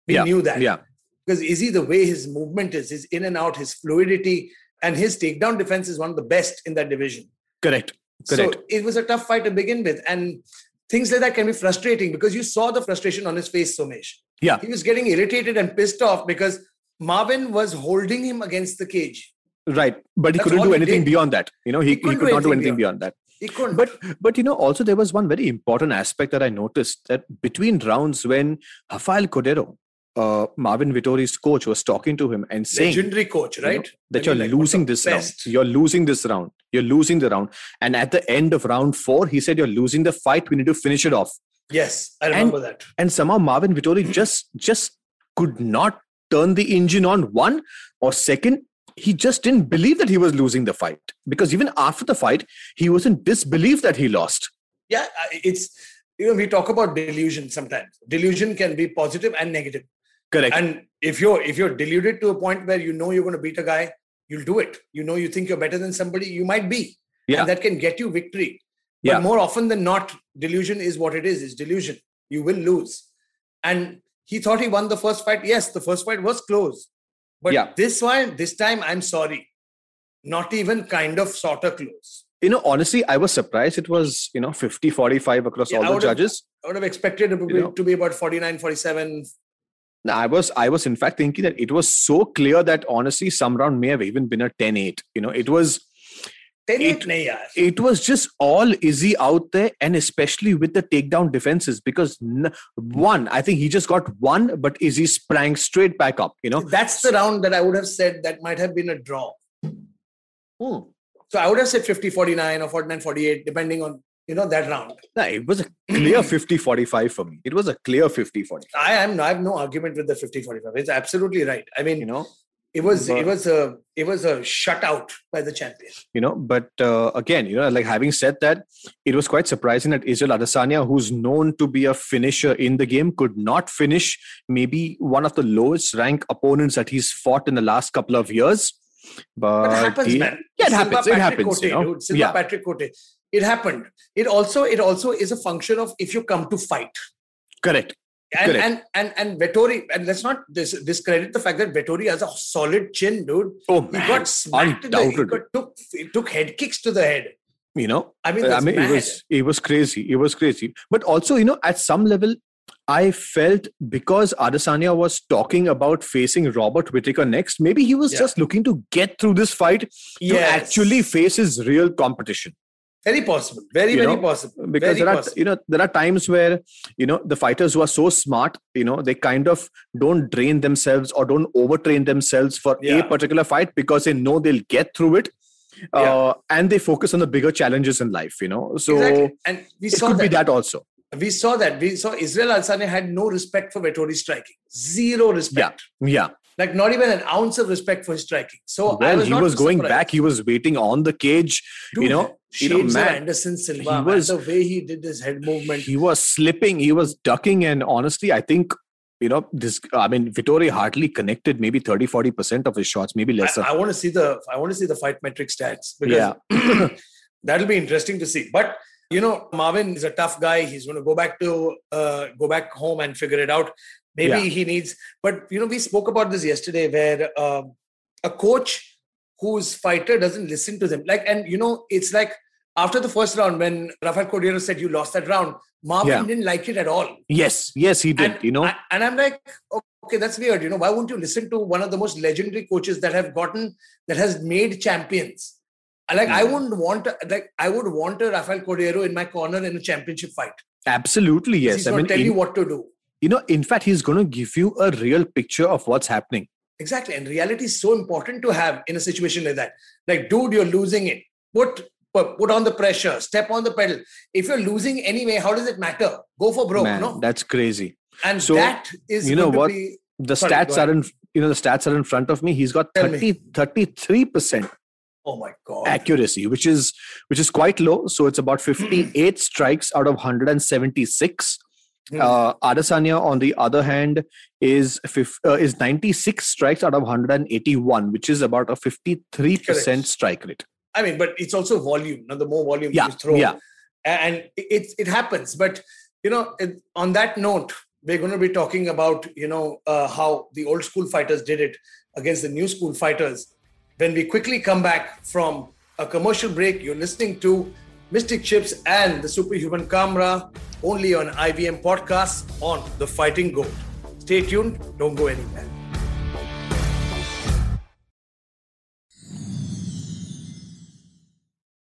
Speaker 2: we knew that
Speaker 1: Yeah.
Speaker 2: because izzy the way his movement is his in and out his fluidity and his takedown defense is one of the best in that division
Speaker 1: Correct. Correct.
Speaker 2: so it was a tough fight to begin with. And things like that can be frustrating because you saw the frustration on his face, Somesh.
Speaker 1: Yeah.
Speaker 2: He was getting irritated and pissed off because Marvin was holding him against the cage.
Speaker 1: right. But he
Speaker 2: That's
Speaker 1: couldn't
Speaker 2: all
Speaker 1: do
Speaker 2: he
Speaker 1: anything
Speaker 2: did.
Speaker 1: beyond that. You know, he, he,
Speaker 2: couldn't
Speaker 1: could
Speaker 2: do
Speaker 1: not do
Speaker 2: anything
Speaker 1: anything
Speaker 2: beyond.
Speaker 1: beyond that.
Speaker 2: He couldn't.
Speaker 1: but but you know also there was one very important aspect that i noticed that between rounds when rafael cordero uh, marvin vittori's coach was talking to him and saying
Speaker 2: legendary coach,
Speaker 1: you know,
Speaker 2: right?
Speaker 1: that
Speaker 2: I mean,
Speaker 1: you're
Speaker 2: like, one of
Speaker 1: losing
Speaker 2: the
Speaker 1: this
Speaker 2: best.
Speaker 1: round you're losing this round you're losing the round and at the end of round 4 he said you're losing the fight we need to finish it off
Speaker 2: Yes, I remember that.
Speaker 1: and somehow marvin vittori just just could not turn the engine on one or second he just didn't believe that he was losing the fight because even after the fight he was in disbelief that he lost
Speaker 2: Yeah, I- it's you know we talk about delusion sometimes. Delusion can be positive and negative.
Speaker 1: correct
Speaker 2: And if you're if you're deluded to a point where you know you're going to beat a guy, you'll do it. You know you think you're better than somebody, you might be.
Speaker 1: Yeah.
Speaker 2: And that can get you victory.
Speaker 1: Yeah.
Speaker 2: But more often than not, delusion is what it is. It's delusion. You will lose. And he thought he won the first fight. Yes, the first fight was close. But
Speaker 1: Yeah.
Speaker 2: this one, this time, I'm sorry. Not even kind of sort of close.
Speaker 1: you know honestly i was surprised it was you know 50 45 across
Speaker 2: Yeah, I
Speaker 1: all the
Speaker 2: would've-
Speaker 1: judges
Speaker 2: I would have expected it to be,
Speaker 1: You know.
Speaker 2: to be about 49, 47.
Speaker 1: no, i was i was in fact thinking that it was so clear that honestly some round may have even been a 10 8 you know it was
Speaker 2: 10
Speaker 1: It-
Speaker 2: 8 nahi yaar.
Speaker 1: it was just all izzy out there and especially with the takedown defenses because n- one i think he just got one but izzy sprang straight back up you know
Speaker 2: That's the round that I would have said that might have been a draw.
Speaker 1: Hmm.
Speaker 2: So I would have said 50 49 or 49 48, depending on you know that round.
Speaker 1: No, it was a clear 50 45 for me it was a clear 50 40
Speaker 2: I am I have no argument with the 50 45. It's absolutely right. I mean,
Speaker 1: you know
Speaker 2: it was
Speaker 1: But-
Speaker 2: it was a it was a shutout by the champion.
Speaker 1: you know but uh, again you know like having said that it was quite surprising that israel adesanya who's known to be a finisher in the game could not finish maybe one of the lowest rank opponents that he's fought in the last couple of years but,
Speaker 2: But it happens,
Speaker 1: he-
Speaker 2: man.
Speaker 1: Uh, yeah it
Speaker 2: Silva
Speaker 1: happens it
Speaker 2: Patrick
Speaker 1: happens
Speaker 2: Cote,
Speaker 1: you know?
Speaker 2: dude. Silva
Speaker 1: yeah
Speaker 2: Patrick Cote. It happened. It also it also is a function of if you come to fight.
Speaker 1: correct
Speaker 2: And
Speaker 1: Correct.
Speaker 2: and and and Vettori, and let's not dis- discredit the fact that Vettori has a solid chin, dude.
Speaker 1: oh
Speaker 2: He
Speaker 1: man
Speaker 2: got smacked. To the, he
Speaker 1: undoubtedly.
Speaker 2: got, took he took head kicks to the head.
Speaker 1: you know
Speaker 2: I mean,
Speaker 1: Uh, I
Speaker 2: that's
Speaker 1: mean, it
Speaker 2: mad.
Speaker 1: was it was crazy. It was crazy. But also, you know, at some level, I felt because Adesanya was talking about facing Robert Whittaker next, maybe he was
Speaker 2: Yeah.
Speaker 1: just looking to get through this fight to
Speaker 2: Yes.
Speaker 1: actually face his real competition.
Speaker 2: Very possible. Very,
Speaker 1: You
Speaker 2: very
Speaker 1: know,
Speaker 2: possible.
Speaker 1: Because
Speaker 2: very
Speaker 1: there are
Speaker 2: possible.
Speaker 1: you know there are times where you know the fighters who are so smart, you know, they kind of don't drain themselves or don't overtrain themselves for a
Speaker 2: Yeah.
Speaker 1: particular fight because they know they'll get through it. Uh, and they focus on the bigger challenges in life, you know. So
Speaker 2: exactly. And we
Speaker 1: it
Speaker 2: saw
Speaker 1: could
Speaker 2: that.
Speaker 1: be that also.
Speaker 2: We saw that. We saw Israel Adesanya had no respect for Vettori's striking. Zero respect.
Speaker 1: Yeah.
Speaker 2: Like not even an ounce of respect for his striking. So Oh, I
Speaker 1: well,
Speaker 2: was
Speaker 1: he
Speaker 2: not
Speaker 1: was going
Speaker 2: surprised.
Speaker 1: back. He was waiting on the cage. you
Speaker 2: Dude,
Speaker 1: know, you
Speaker 2: shades
Speaker 1: know,
Speaker 2: of
Speaker 1: man,
Speaker 2: Anderson Silva.
Speaker 1: he
Speaker 2: man,
Speaker 1: was-
Speaker 2: the way he did his head movement.
Speaker 1: he was slipping. He was ducking. And honestly, I think, you know, this, I mean, Vittori hardly connected maybe 30, 40% of his shots, maybe lesser.
Speaker 2: I, I want to see the I want to see the fight metric stats because that'll be interesting to see. But you know, Marvin is a tough guy. He's going to go back to uh, go back home and figure it out. Maybe
Speaker 1: Yeah.
Speaker 2: he needs. But you know, we spoke about this yesterday, where um, a coach whose fighter doesn't listen to them, like, and you know, it's like after the first round when Rafael Cordero said you lost that round, Marvin
Speaker 1: Yeah.
Speaker 2: didn't like it at all.
Speaker 1: yes, yes, he did.
Speaker 2: And
Speaker 1: you know,
Speaker 2: I- and I'm like, "Oh, okay, that's weird. You know, why won't you listen to one of the most legendary coaches that have gotten that has made champions? I- Like, I
Speaker 1: Yeah.
Speaker 2: wouldn't want a- like I would want a Rafael Cordero in my corner in a championship fight. 'Cause
Speaker 1: absolutely. Yes.
Speaker 2: he's
Speaker 1: I
Speaker 2: going
Speaker 1: mean,
Speaker 2: to tell
Speaker 1: in-
Speaker 2: you what to do.
Speaker 1: you know, in fact, he's going to give you a real picture of what's happening.
Speaker 2: Exactly, and reality is so important to have in a situation like that. Like, dude, you're losing it. Put put put on the pressure. Step on the pedal. If you're losing anyway, how does it matter? Go for broke.
Speaker 1: Man,
Speaker 2: no,
Speaker 1: that's crazy.
Speaker 2: and
Speaker 1: so,
Speaker 2: that is
Speaker 1: you know
Speaker 2: going to
Speaker 1: what?
Speaker 2: be-
Speaker 1: The
Speaker 2: Sorry, go
Speaker 1: stats
Speaker 2: ahead.
Speaker 1: are in, you know, the stats are in front of me. He's got
Speaker 2: Tell me.
Speaker 1: 30, 33%
Speaker 2: oh my god.
Speaker 1: accuracy which is which is quite low so it's about 58 strikes out of 176
Speaker 2: Hmm.
Speaker 1: uh, Adesanya, on the other hand, is fif- uh, is 96 strikes out of 181, which is about a 53 percent
Speaker 2: Correct.
Speaker 1: strike rate.
Speaker 2: I mean, but it's also volume. Now, the more volume
Speaker 1: Yeah,
Speaker 2: you throw,
Speaker 1: yeah.
Speaker 2: and it it- it happens. But you know, it, on that note, we're going to be talking about you know uh, how the old school fighters did it against the new school fighters. When we quickly come back from a commercial break, you're listening to Mystic Chips and the Superhuman Camera only on IBM Podcasts on the Fighting Goat. Stay tuned. Don't go anywhere.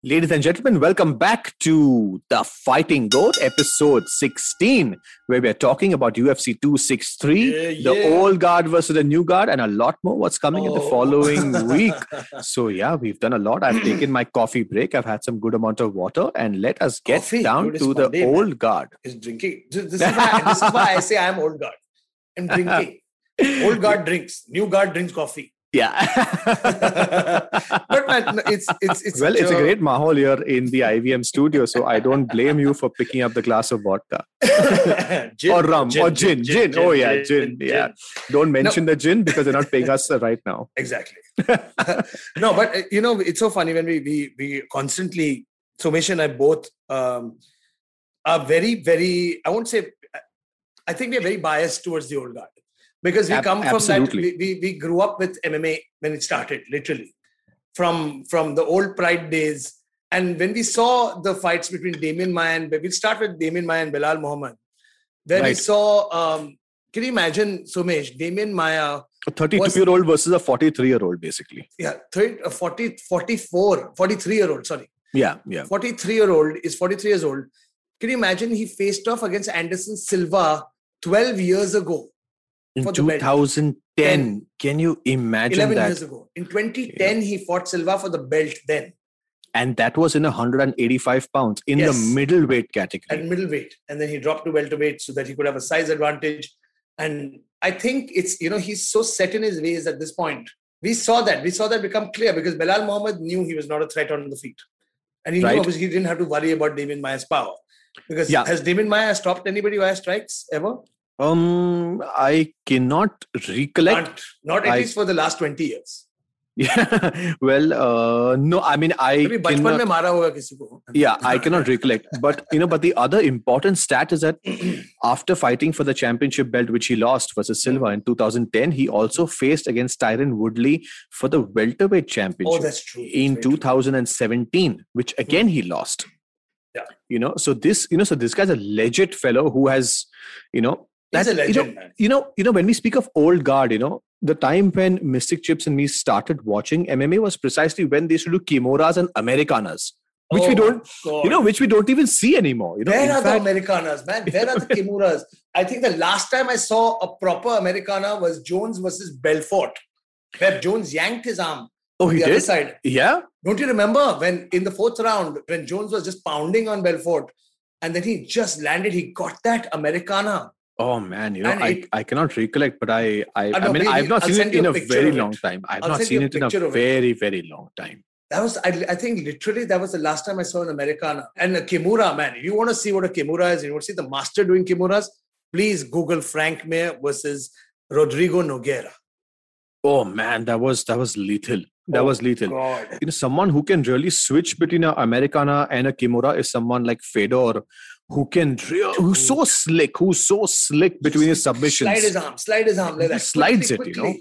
Speaker 1: Ladies and gentlemen, welcome back to the Fighting Goat, episode 16, where we are talking about UFC 263,
Speaker 2: Yeah,
Speaker 1: the
Speaker 2: yeah.
Speaker 1: old guard versus the new guard, and a lot more. What's coming in the
Speaker 2: Oh.
Speaker 1: following week? So yeah, we've done a lot. I've taken my coffee break. I've had some good amount of water, and let us get
Speaker 2: Coffee?
Speaker 1: down
Speaker 2: Dude, it's
Speaker 1: to the
Speaker 2: Monday, man.
Speaker 1: old guard.
Speaker 2: is drinking. This this is why, this is why I say I'm old guard. I'm drinking. Old guard drinks. New guard drinks coffee.
Speaker 1: Yeah.
Speaker 2: But man, no, it's it's it's
Speaker 1: well,
Speaker 2: such
Speaker 1: it's a great mahal here in the IVM studio, so I don't blame you for picking up the glass of vodka
Speaker 2: Gin,
Speaker 1: or rum or gin, gin. oh yeah, gin. yeah. Don't mention the gin because they're not paying us uh, right now.
Speaker 2: exactly. no, but uh, you know, it's so funny when we we we constantly Somesh and I both um, are very very. I won't say. uh, I think we are very biased towards the old guard because we
Speaker 1: Ab-
Speaker 2: come from
Speaker 1: absolutely.
Speaker 2: that. We, we we grew up with MMA when it started, literally, from from the old Pride days. And when we saw the fights between Damien Maya and we'll start with Damien Maya and Bilal Muhammad, where we
Speaker 1: Right.
Speaker 2: saw. Um, can you imagine, Somesh, Damien Maya,
Speaker 1: A 32-year-old versus a 43-year-old, basically.
Speaker 2: yeah, third, uh, 40, 44, 43 year old, sorry.
Speaker 1: Yeah, yeah.
Speaker 2: 43 year old is 43 years old. Can you imagine he faced off against Anderson Silva 12 years ago,
Speaker 1: In
Speaker 2: For the belt.
Speaker 1: 2010, can you imagine
Speaker 2: 11
Speaker 1: that?
Speaker 2: years ago? In 2010, he fought Silva for the belt then
Speaker 1: and that was in 185 pounds in
Speaker 2: Yes.
Speaker 1: the middleweight
Speaker 2: at
Speaker 1: category.
Speaker 2: middleweight. And then he dropped to welterweight so that he could have a size advantage. And I think it's, you know, he's so set in his ways at this point. We saw that. We saw that become clear because Belal Muhammad knew he was not a threat on the feet. And he
Speaker 1: Right.
Speaker 2: knew obviously he didn't have to worry about Damien Maya's power. Because
Speaker 1: Yeah.
Speaker 2: has Damien Maya stopped anybody via strikes ever?
Speaker 1: Um, I cannot recollect.
Speaker 2: not, not at
Speaker 1: I-
Speaker 2: least for the last 20 years.
Speaker 1: Yeah. well, uh, no, I mean I
Speaker 2: maybe बचपन
Speaker 1: cannot,
Speaker 2: में मारा होगा किसी को
Speaker 1: yeah, I
Speaker 2: Oh,
Speaker 1: cannot recollect. But you know, but the other important stat is that after fighting for the championship belt, which he lost versus Silva in 2010, he also faced against Tyron Woodley for the welterweight
Speaker 2: oh
Speaker 1: championship
Speaker 2: that's true
Speaker 1: in 2017, which again he lost.
Speaker 2: Yeah.
Speaker 1: You know, so this, you know, so this guy's a legit fellow who has, you know,
Speaker 2: He's a
Speaker 1: That- you know,
Speaker 2: legend, man.
Speaker 1: you know, you know, when we speak of old guard, you know, the time when Mystic Chips and me started watching MMA was precisely when they used to do Kimoras and Americanas, which we
Speaker 2: Oh,
Speaker 1: don't,
Speaker 2: God.
Speaker 1: you know, which we don't even see anymore. You know,
Speaker 2: Where
Speaker 1: in
Speaker 2: are the
Speaker 1: fact-
Speaker 2: Americanas, man? Where are the Kimuras? I think the last time I saw a proper Americana was Jones versus Belfort, where Jones yanked his arm
Speaker 1: oh, he
Speaker 2: the other
Speaker 1: did.
Speaker 2: side.
Speaker 1: Yeah,
Speaker 2: Don't you remember when in the fourth round, when Jones was just pounding on Belfort and then he just landed, he got that Americana.
Speaker 1: Oh man, you know,
Speaker 2: And
Speaker 1: I,
Speaker 2: it-
Speaker 1: I cannot recollect, but I I,
Speaker 2: Uh,
Speaker 1: I
Speaker 2: no,
Speaker 1: mean
Speaker 2: we-
Speaker 1: I've
Speaker 2: we-
Speaker 1: not
Speaker 2: I'll
Speaker 1: seen
Speaker 2: send
Speaker 1: it
Speaker 2: you
Speaker 1: in
Speaker 2: a
Speaker 1: a
Speaker 2: picture
Speaker 1: very
Speaker 2: of it.
Speaker 1: long time. I've
Speaker 2: I'll
Speaker 1: not
Speaker 2: send
Speaker 1: seen
Speaker 2: you a
Speaker 1: it in a
Speaker 2: picture of it.
Speaker 1: very very long time.
Speaker 2: That was, I, I think, literally, that was the last time I saw an Americana. And a Kimura, man, if you want to see what a Kimura is, you want to see the master doing Kimuras, please Google Frank Mir versus Rodrigo Noguera.
Speaker 1: Oh man, that was that was lethal. That
Speaker 2: Oh,
Speaker 1: was lethal.
Speaker 2: God.
Speaker 1: You know, someone who can really switch between an Americana and a Kimura is someone like Fedor, who can real, who's so slick, who's so slick between his submissions.
Speaker 2: Slide his arm, slide his arm like
Speaker 1: He
Speaker 2: that.
Speaker 1: slides it, you know.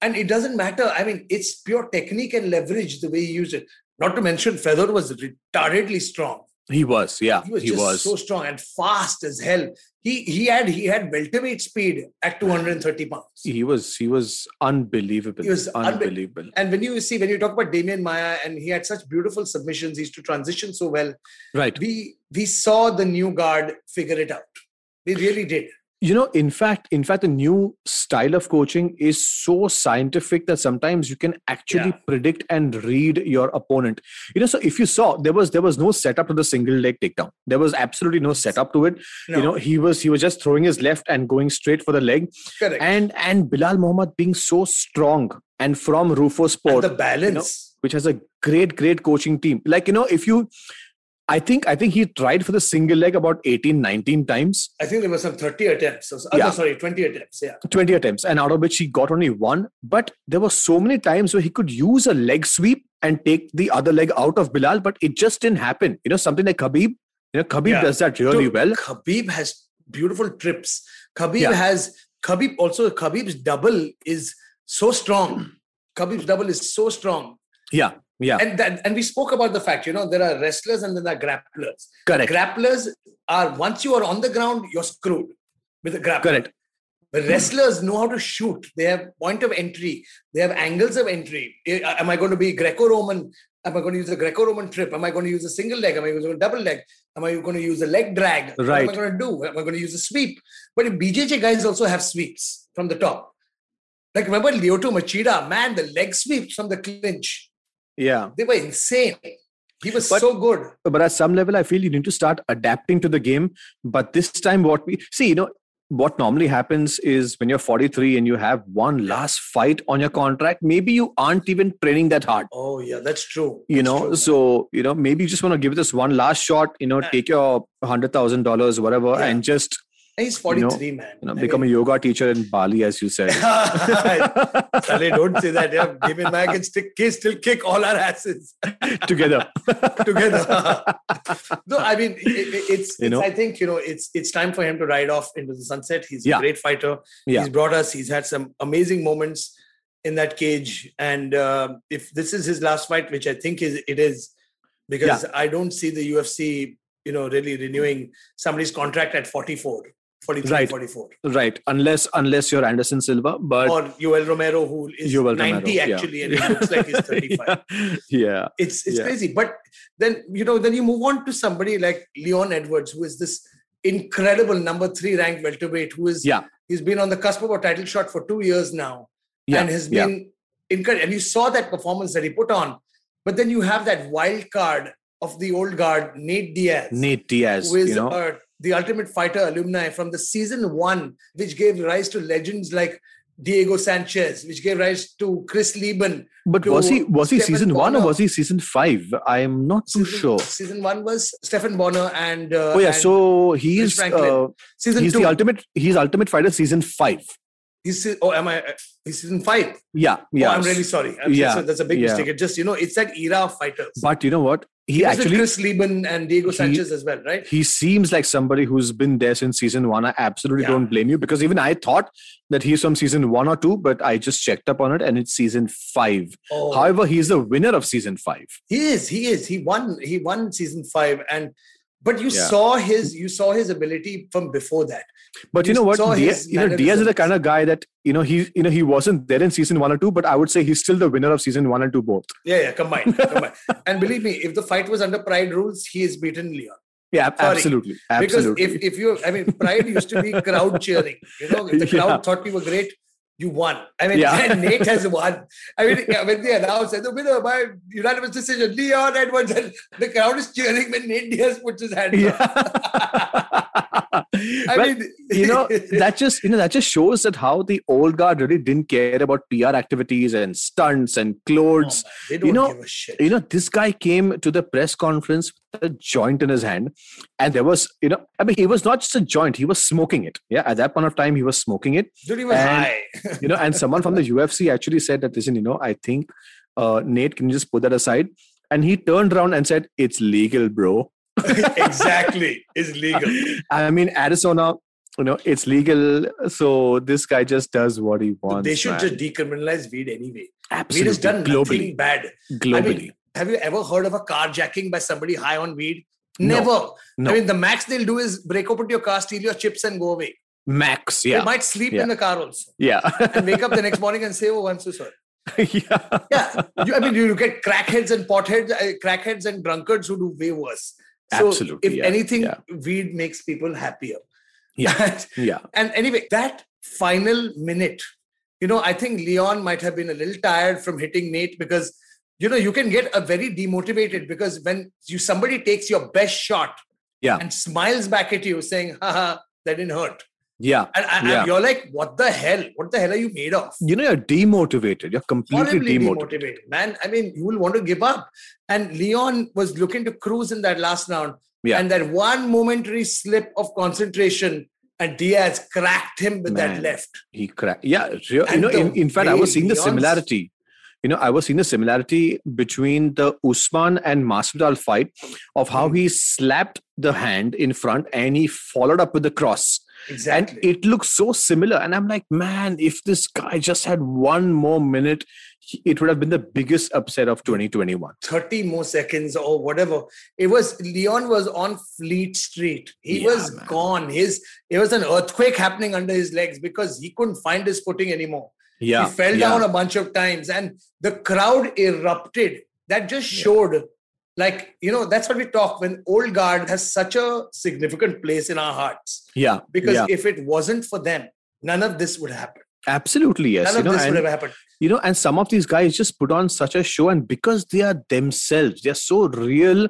Speaker 2: And it doesn't matter. I mean, it's pure technique and leverage the way he used it. Not to mention, Feather was retardedly strong.
Speaker 1: He was, yeah,
Speaker 2: He was
Speaker 1: he
Speaker 2: just
Speaker 1: was.
Speaker 2: so strong and fast as hell. He he had he had welterweight speed at 230 pounds.
Speaker 1: he was he was unbelievable.
Speaker 2: He was unbe-
Speaker 1: unbelievable.
Speaker 2: And when you see when you talk about Damien Maya and he had such beautiful submissions, he used to transition so well.
Speaker 1: Right.
Speaker 2: We we saw the new guard figure it out. We really did.
Speaker 1: you know in fact in fact the new style of coaching is so scientific that sometimes you can actually
Speaker 2: Yeah.
Speaker 1: predict and read your opponent you know so if you saw there was there was no setup to the single leg takedown there was absolutely no setup to it
Speaker 2: No,
Speaker 1: you know he was he was just throwing his left and going straight for the leg
Speaker 2: correct. And,
Speaker 1: and and bilal muhammad being so strong and from rufo sport
Speaker 2: the balance.
Speaker 1: which has a great great coaching team like you know if you i think i think he tried for the single leg about 18 19 times
Speaker 2: I think there were some 30 attempts. Or, oh, no,
Speaker 1: Yeah.
Speaker 2: sorry, 20 attempts. Yeah.
Speaker 1: 20 attempts and out of which he got only one but there were so many times where he could use a leg sweep and take the other leg out of bilal but it just didn't happen you know something like khabib you know khabib
Speaker 2: Yeah.
Speaker 1: does that really
Speaker 2: Dude,
Speaker 1: well
Speaker 2: Khabib has beautiful trips. Khabib
Speaker 1: Yeah.
Speaker 2: has Khabib also Khabib's double is so strong. Khabib's double is so strong.
Speaker 1: yeah yeah
Speaker 2: And that, and we spoke about the fact, you know, there are wrestlers and then there are grapplers.
Speaker 1: correct
Speaker 2: Grapplers are once you are on the ground, you're screwed with a grappler.
Speaker 1: correct
Speaker 2: The wrestlers know how to shoot. They have point of entry. They have angles of entry. Eh, Am I going to be Greco-Roman? Am I going to use a Greco-Roman trip? Am I going to use a single leg? Am I going to use a double leg? Am I going to use a leg drag? What am
Speaker 1: Right.
Speaker 2: I going to do? Am I going to use a sweep? But in BJJ guys also have sweeps from the top. Like remember Lyoto Machida, man, the leg sweeps from the clinch.
Speaker 1: yeah
Speaker 2: They were insane. He was
Speaker 1: But-
Speaker 2: so good.
Speaker 1: but at some level i feel you need to start adapting to the game but this time what we see you know what normally happens is when you're 43 and you have one last fight on your contract maybe you aren't even training that hard
Speaker 2: Oh yeah, that's true.
Speaker 1: you
Speaker 2: That's
Speaker 1: know
Speaker 2: true, man.
Speaker 1: so you know maybe you just want to give this one last shot you know
Speaker 2: Yeah.
Speaker 1: take your hundred thousand dollars whatever
Speaker 2: Yeah.
Speaker 1: and just
Speaker 2: And he's
Speaker 1: you know,
Speaker 2: 43, man.
Speaker 1: you know
Speaker 2: I
Speaker 1: become a yoga teacher in bali as you said
Speaker 2: mean- Sally, don't say that. Yeah, David Mayer can stick, can still kick all our asses
Speaker 1: together
Speaker 2: together. no, I mean, it, it- it's,
Speaker 1: You
Speaker 2: it's-
Speaker 1: know?
Speaker 2: I think, you know, it's it's time for him to ride off into the sunset. He's
Speaker 1: Yeah.
Speaker 2: a great fighter.
Speaker 1: Yeah.
Speaker 2: He's brought us, he's had some amazing moments in that cage. And um if this is his last fight, which I think is it is, because I don't see the UFC, you know, really renewing somebody's contract at 44, 43,
Speaker 1: Right.
Speaker 2: 44.
Speaker 1: right unless unless you're anderson silva but
Speaker 2: Or Yoel Romero, who is
Speaker 1: Yoel
Speaker 2: 90
Speaker 1: Romero, yeah.
Speaker 2: actually, and Oh, he looks like he's 35.
Speaker 1: yeah
Speaker 2: it's it's
Speaker 1: Yeah.
Speaker 2: crazy but then you know then you move on to somebody like leon edwards who is this incredible number three ranked welterweight who is
Speaker 1: Yeah.
Speaker 2: he's been on the cusp of a title shot for two years now
Speaker 1: yeah
Speaker 2: and has
Speaker 1: yeah.
Speaker 2: been incredible and you saw that performance that he put on but then you have that wild card of the old guard nate diaz
Speaker 1: nate diaz
Speaker 2: who is
Speaker 1: you know
Speaker 2: uh, the ultimate fighter alumni from the season one which gave rise to legends like diego sanchez which gave rise to chris lieben
Speaker 1: but
Speaker 2: to
Speaker 1: was he was he
Speaker 2: Stefan
Speaker 1: season one or
Speaker 2: Bonner.
Speaker 1: was he season five i am not too
Speaker 2: season,
Speaker 1: Oh, sure
Speaker 2: Season one was Stefan Bonner and uh,
Speaker 1: oh yeah
Speaker 2: and
Speaker 1: so he
Speaker 2: Rich
Speaker 1: is
Speaker 2: Franklin.
Speaker 1: uh,
Speaker 2: season
Speaker 1: he's
Speaker 2: two.
Speaker 1: the ultimate he's ultimate fighter season five
Speaker 2: he's se- oh, am I? uh, He's season five.
Speaker 1: yeah
Speaker 2: Yeah,
Speaker 1: yeah
Speaker 2: Oh, I'm really sorry. I'm so-
Speaker 1: Yeah,
Speaker 2: so that's a big
Speaker 1: yeah.
Speaker 2: mistake. It just you know, it's that era of fighters.
Speaker 1: but you know what he
Speaker 2: It was with
Speaker 1: actually
Speaker 2: Chris Lieben and Diego
Speaker 1: he-
Speaker 2: Sanchez as well, right?
Speaker 1: he seems like somebody who's been there since season one. I absolutely
Speaker 2: Yeah.
Speaker 1: don't blame you because even I thought that he's from season one or two, but I just checked up on it and it's season five.
Speaker 2: Oh,
Speaker 1: However, he's the winner of season five.
Speaker 2: he is. He is. He won. He won season five, and But you
Speaker 1: Yeah.
Speaker 2: saw his you saw his ability from before that.
Speaker 1: But you
Speaker 2: You
Speaker 1: know what?
Speaker 2: saw
Speaker 1: Diaz,
Speaker 2: his
Speaker 1: you know, Diaz is the kind of guy that you know he you know he wasn't there in season one or two, but I would say he's still the winner of season one and two both.
Speaker 2: Yeah, yeah, combined. combined. And believe me, if the fight was under pride rules, he has beaten Leon.
Speaker 1: Yeah, ab-
Speaker 2: Sorry.
Speaker 1: absolutely, absolutely.
Speaker 2: Because if, if you, I mean, Pride used to be crowd cheering. You know, if the crowd
Speaker 1: Yeah.
Speaker 2: thought you were great, you won. I mean,
Speaker 1: Yeah.
Speaker 2: and Nate has won. I mean, yeah, when they announced that the "Oh, winner by unanimous decision, Leon Edwards, and the crowd is cheering when Nate Diaz puts his hand up.
Speaker 1: yeah.
Speaker 2: I
Speaker 1: Well,
Speaker 2: mean,
Speaker 1: you know that just you know that just shows that how the old guard really didn't care about PR activities and stunts and
Speaker 2: Oh,
Speaker 1: clothes.
Speaker 2: man, they don't
Speaker 1: know,
Speaker 2: give a shit.
Speaker 1: you know this guy came to the press conference with a joint in his hand and there was you know i mean he was not just a joint he was smoking it yeah at that point of time he was smoking it
Speaker 2: Dude, he was
Speaker 1: and-
Speaker 2: high.
Speaker 1: you know and someone from the ufc actually said that listen you know i think uh, nate can you just put that aside and he turned around and said it's legal bro
Speaker 2: exactly. Is legal.
Speaker 1: i mean arizona you know it's legal so this guy just does what he wants
Speaker 2: they should
Speaker 1: man.
Speaker 2: just decriminalize weed anyway. Weed
Speaker 1: absolutely
Speaker 2: has done
Speaker 1: globally
Speaker 2: nothing bad. I mean,
Speaker 1: globally
Speaker 2: have you ever heard of a carjacking by somebody high on weed?
Speaker 1: No.
Speaker 2: Never.
Speaker 1: No.
Speaker 2: I mean, the max they'll do is break open your car, steal your chips, and go away.
Speaker 1: max
Speaker 2: They
Speaker 1: yeah
Speaker 2: might sleep
Speaker 1: Yeah.
Speaker 2: in the car also
Speaker 1: yeah
Speaker 2: and wake up the next morning and say, "Oh, I'm so sorry."
Speaker 1: yeah
Speaker 2: Yeah, you, I mean, you look at crackheads and potheads, uh, crackheads and drunkards who do way worse. So,
Speaker 1: Absolutely,
Speaker 2: if
Speaker 1: yeah,
Speaker 2: anything,
Speaker 1: yeah.
Speaker 2: weed makes people happier.
Speaker 1: Yeah. yeah
Speaker 2: And anyway, that final minute, you know, I think Leon might have been a little tired from hitting Nate because, you know, you can get a very demotivated because when you somebody takes your best shot
Speaker 1: Yeah.
Speaker 2: and smiles back at you saying, haha, that didn't hurt.
Speaker 1: yeah
Speaker 2: And, and
Speaker 1: Yeah.
Speaker 2: you're like, what the hell? What the hell are you made of?
Speaker 1: you know you're demotivated you're completely
Speaker 2: Horribly
Speaker 1: demotivated.
Speaker 2: demotivated, man. I mean, you will want to give up. And Leon was looking to cruise in that last round.
Speaker 1: Yeah.
Speaker 2: And that one momentary slip of concentration, and Diaz cracked him with
Speaker 1: Man.
Speaker 2: that left.
Speaker 1: he cracked yeah real- you
Speaker 2: And
Speaker 1: know in,
Speaker 2: the
Speaker 1: in fact i was
Speaker 2: way
Speaker 1: seeing the
Speaker 2: Leon's-
Speaker 1: similarity you know i was seeing the similarity between the usman and masvidal fight of how
Speaker 2: Hmm.
Speaker 1: he slapped the hand in front and he followed up with the cross
Speaker 2: Exactly.
Speaker 1: and it looks so similar and i'm like man if this guy just had one more minute he- it would have been the biggest upset of 2021
Speaker 2: 30 more seconds or whatever. It was Leon was on Fleet Street. He
Speaker 1: Yeah,
Speaker 2: was
Speaker 1: man.
Speaker 2: gone. His it was an earthquake happening under his legs because he couldn't find his footing anymore.
Speaker 1: yeah
Speaker 2: he fell
Speaker 1: yeah.
Speaker 2: down a bunch of times and the crowd erupted. That just
Speaker 1: Yeah.
Speaker 2: showed like, you know, that's what we talk when old guard has such a significant place in our hearts.
Speaker 1: yeah
Speaker 2: Because
Speaker 1: yeah.
Speaker 2: if it wasn't for them, none of this would happen.
Speaker 1: absolutely yes
Speaker 2: none
Speaker 1: you
Speaker 2: of
Speaker 1: know,
Speaker 2: this
Speaker 1: and-
Speaker 2: would have happened.
Speaker 1: you know and some of these guys just put on such a show and because they are themselves they're so real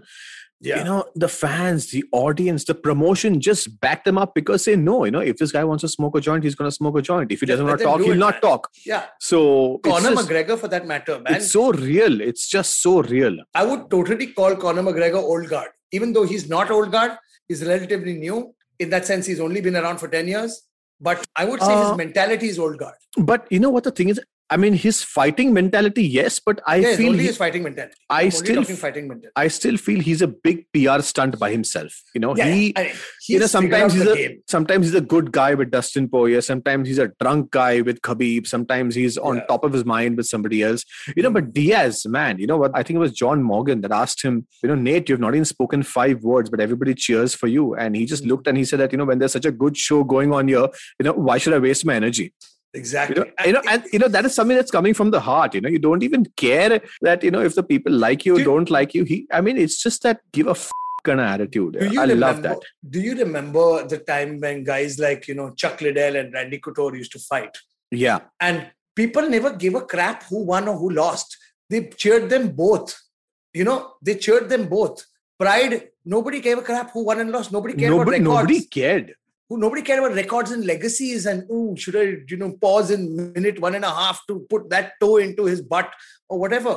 Speaker 2: Yeah.
Speaker 1: you know the fans the audience the promotion just back them up because they know you know if this guy wants to smoke a joint he's going to smoke a joint if he
Speaker 2: Yeah,
Speaker 1: doesn't
Speaker 2: let
Speaker 1: want to
Speaker 2: them
Speaker 1: talk
Speaker 2: do
Speaker 1: he'll
Speaker 2: it,
Speaker 1: not
Speaker 2: man.
Speaker 1: talk
Speaker 2: yeah.
Speaker 1: so it's,
Speaker 2: Conor
Speaker 1: just-
Speaker 2: McGregor for that matter, man.
Speaker 1: it's so real it's just so real
Speaker 2: I would totally call Conor McGregor old guard, even though he's not old guard. He's relatively new in that sense. He's only been around for ten years, but I would say
Speaker 1: Uh,
Speaker 2: his mentality is old guard.
Speaker 1: but you know what the thing is i mean his fighting mentality yes but i
Speaker 2: yeah, it's
Speaker 1: feel
Speaker 2: only
Speaker 1: he-
Speaker 2: his fighting mentality.
Speaker 1: I
Speaker 2: I'm
Speaker 1: still
Speaker 2: only talking
Speaker 1: f-
Speaker 2: fighting mentality.
Speaker 1: i still feel he's a big pr stunt by himself you know
Speaker 2: Yeah,
Speaker 1: Oh, he
Speaker 2: I mean,
Speaker 1: you know,
Speaker 2: he's figured
Speaker 1: sometimes
Speaker 2: out
Speaker 1: he's
Speaker 2: the
Speaker 1: a
Speaker 2: game.
Speaker 1: sometimes he's a good guy with Dustin Poirier. Sometimes he's a drunk guy with Khabib. Sometimes he's on
Speaker 2: Yeah. Hmm.
Speaker 1: top of his mind with somebody else. You know, but Diaz, man, you know what? I think it was John Morgan that asked him, you know, Nate, you've not even spoken five words, but everybody cheers for you. And he
Speaker 2: Hmm.
Speaker 1: just looked and he said that, you know, when there's such a good show going on here, you know, why should I waste my energy? You
Speaker 2: exactly.
Speaker 1: know, you know, and you know that is something that's coming from the heart. You know, you don't even care that you know if the people like you,
Speaker 2: Do-
Speaker 1: don't like you. He, I mean, it's just that give a f- kind of attitude. I love that.
Speaker 2: Do you remember the time when guys like you know Chuck Liddell and Randy Couture used to fight,
Speaker 1: Yeah,
Speaker 2: and people never gave a crap who won or who lost. They cheered them both. You know, they cheered them both. Pride. Nobody gave a crap who won and lost. Nobody cared
Speaker 1: nobody,
Speaker 2: about records.
Speaker 1: nobody cared.
Speaker 2: who nobody cared about records and legacies and ooh, should I, you know, pause in minute one and a half to put that toe into his butt or whatever.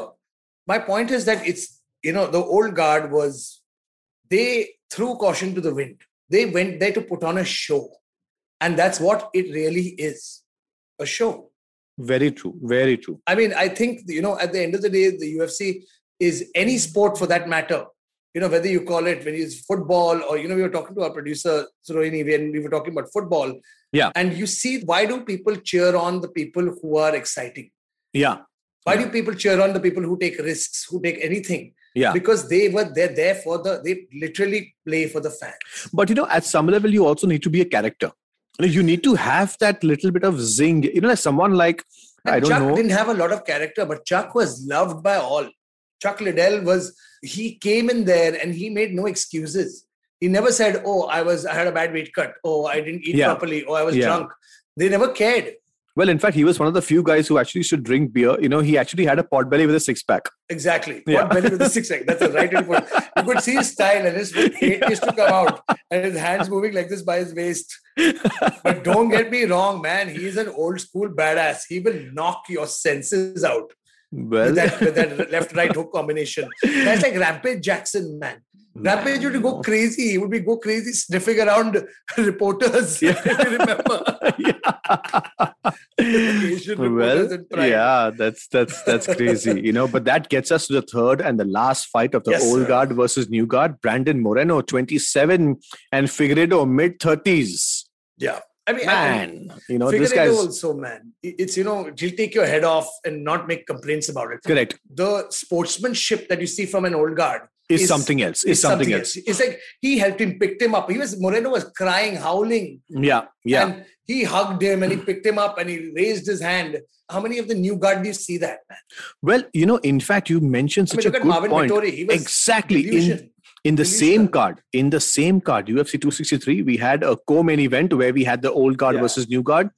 Speaker 2: My point is that it's you know, the old guard was they threw caution to the wind. They went there to put on a show. And that's what it really is. A show.
Speaker 1: Very true. Very true.
Speaker 2: I mean, I think you know, at the end of the day, the UFC is any sport for that matter. You know, whether you call it when it's football or you know, we were talking to our producer Suroni when we were talking about football.
Speaker 1: Yeah.
Speaker 2: And you see, why do people cheer on the people who are exciting?
Speaker 1: Yeah.
Speaker 2: Why
Speaker 1: Yeah.
Speaker 2: do people cheer on the people who take risks, who take anything?
Speaker 1: Yeah.
Speaker 2: because they were they're there for the they literally play for the fans.
Speaker 1: But you know, at some level, you also need to be a character. You, know, you need to have that little bit of zing. You know, like someone like
Speaker 2: And
Speaker 1: I don't
Speaker 2: Chuck
Speaker 1: know.
Speaker 2: didn't have a lot of character, but Chuck was loved by all. Chuck Liddell was he came in there and he made no excuses. He never said, "Oh, I was I had a bad weight cut. Oh, I didn't eat
Speaker 1: Yeah.
Speaker 2: properly. Oh, I was
Speaker 1: Yeah.
Speaker 2: drunk." They never cared.
Speaker 1: Well, in fact, he was one of the few guys who actually should drink beer. You know, he actually had a pot belly with a six pack.
Speaker 2: Exactly.
Speaker 1: Yeah.
Speaker 2: What belly with the six pack? That's a right way to put it. You could see his style and his weight used to come out and his hands moving like this by his waist. But don't get me wrong, man. He's an old school badass. He will knock your senses out
Speaker 1: Well,
Speaker 2: with that, with that left right hook combination. That's like Rampage Jackson, man.
Speaker 1: Mm.
Speaker 2: Rampage would go crazy. He would be go crazy sniffing around reporters.
Speaker 1: Yeah.
Speaker 2: if you remember. Asian reporters
Speaker 1: well,
Speaker 2: in prime.
Speaker 1: yeah, that's that's that's crazy, you know. But that gets us to the third and the last fight of the
Speaker 2: Yes,
Speaker 1: old
Speaker 2: sir.
Speaker 1: guard versus new guard. Brandon Moreno, twenty-seven, and Figueredo, mid thirties.
Speaker 2: I mean, I-
Speaker 1: Man, you know
Speaker 2: Figure
Speaker 1: this
Speaker 2: it
Speaker 1: guy's
Speaker 2: also, man. It- It's you know, he'll take your head off and not make complaints about it.
Speaker 1: correct.
Speaker 2: The sportsmanship that you see from an old guard
Speaker 1: Is,
Speaker 2: Is-
Speaker 1: something else. Is something, else.
Speaker 2: It's like he helped him, picked him up. He was Moreno was crying, howling,
Speaker 1: Yeah, yeah.
Speaker 2: and he hugged him and he picked him up and he raised his hand. How many of the new guard do you see that? Man?
Speaker 1: well, you know, in fact, you mentioned
Speaker 2: I mean,
Speaker 1: such
Speaker 2: look
Speaker 1: a
Speaker 2: at
Speaker 1: good
Speaker 2: Marvin
Speaker 1: point.
Speaker 2: Vittori. He was
Speaker 1: Exactly. In
Speaker 2: delusion.
Speaker 1: in the
Speaker 2: Delusional.
Speaker 1: same card, in the same card, UFC 263, we had a co-main event where we had the old guard
Speaker 2: Yeah.
Speaker 1: versus new guard,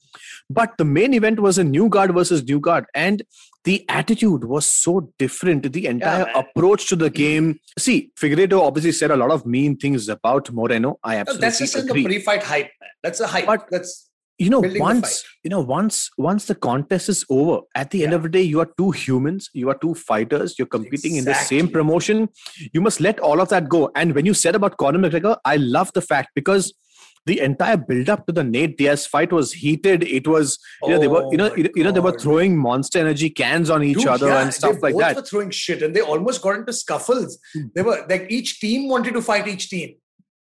Speaker 1: but the main event was a new guard versus new guard, and the attitude was so different. The entire
Speaker 2: man.
Speaker 1: approach to the game. See, Figueredo obviously said a lot of mean things about Moreno. I
Speaker 2: No,
Speaker 1: absolutely
Speaker 2: that's just in the
Speaker 1: agree.
Speaker 2: pre-fight hype, man. That's a hype.
Speaker 1: But-
Speaker 2: that's
Speaker 1: you know,
Speaker 2: building the
Speaker 1: once
Speaker 2: fight.
Speaker 1: you know, once once the contest is over, at the end
Speaker 2: Yeah.
Speaker 1: of the day, you are two humans, you are two fighters, you're competing in the same
Speaker 2: Exactly.
Speaker 1: promotion. You must let all of that go. And when you said about Conor McGregor, I love the fact because the entire build-up to the Nate Diaz fight was heated. It was, you know, they were,
Speaker 2: Oh
Speaker 1: you know,
Speaker 2: my
Speaker 1: you, know, they were
Speaker 2: God.
Speaker 1: throwing monster energy cans on each
Speaker 2: Dude,
Speaker 1: other
Speaker 2: yeah,
Speaker 1: and stuff
Speaker 2: they
Speaker 1: like
Speaker 2: both
Speaker 1: that. Hmm.
Speaker 2: were throwing shit, and they almost got into scuffles. They were like each team wanted to fight each team.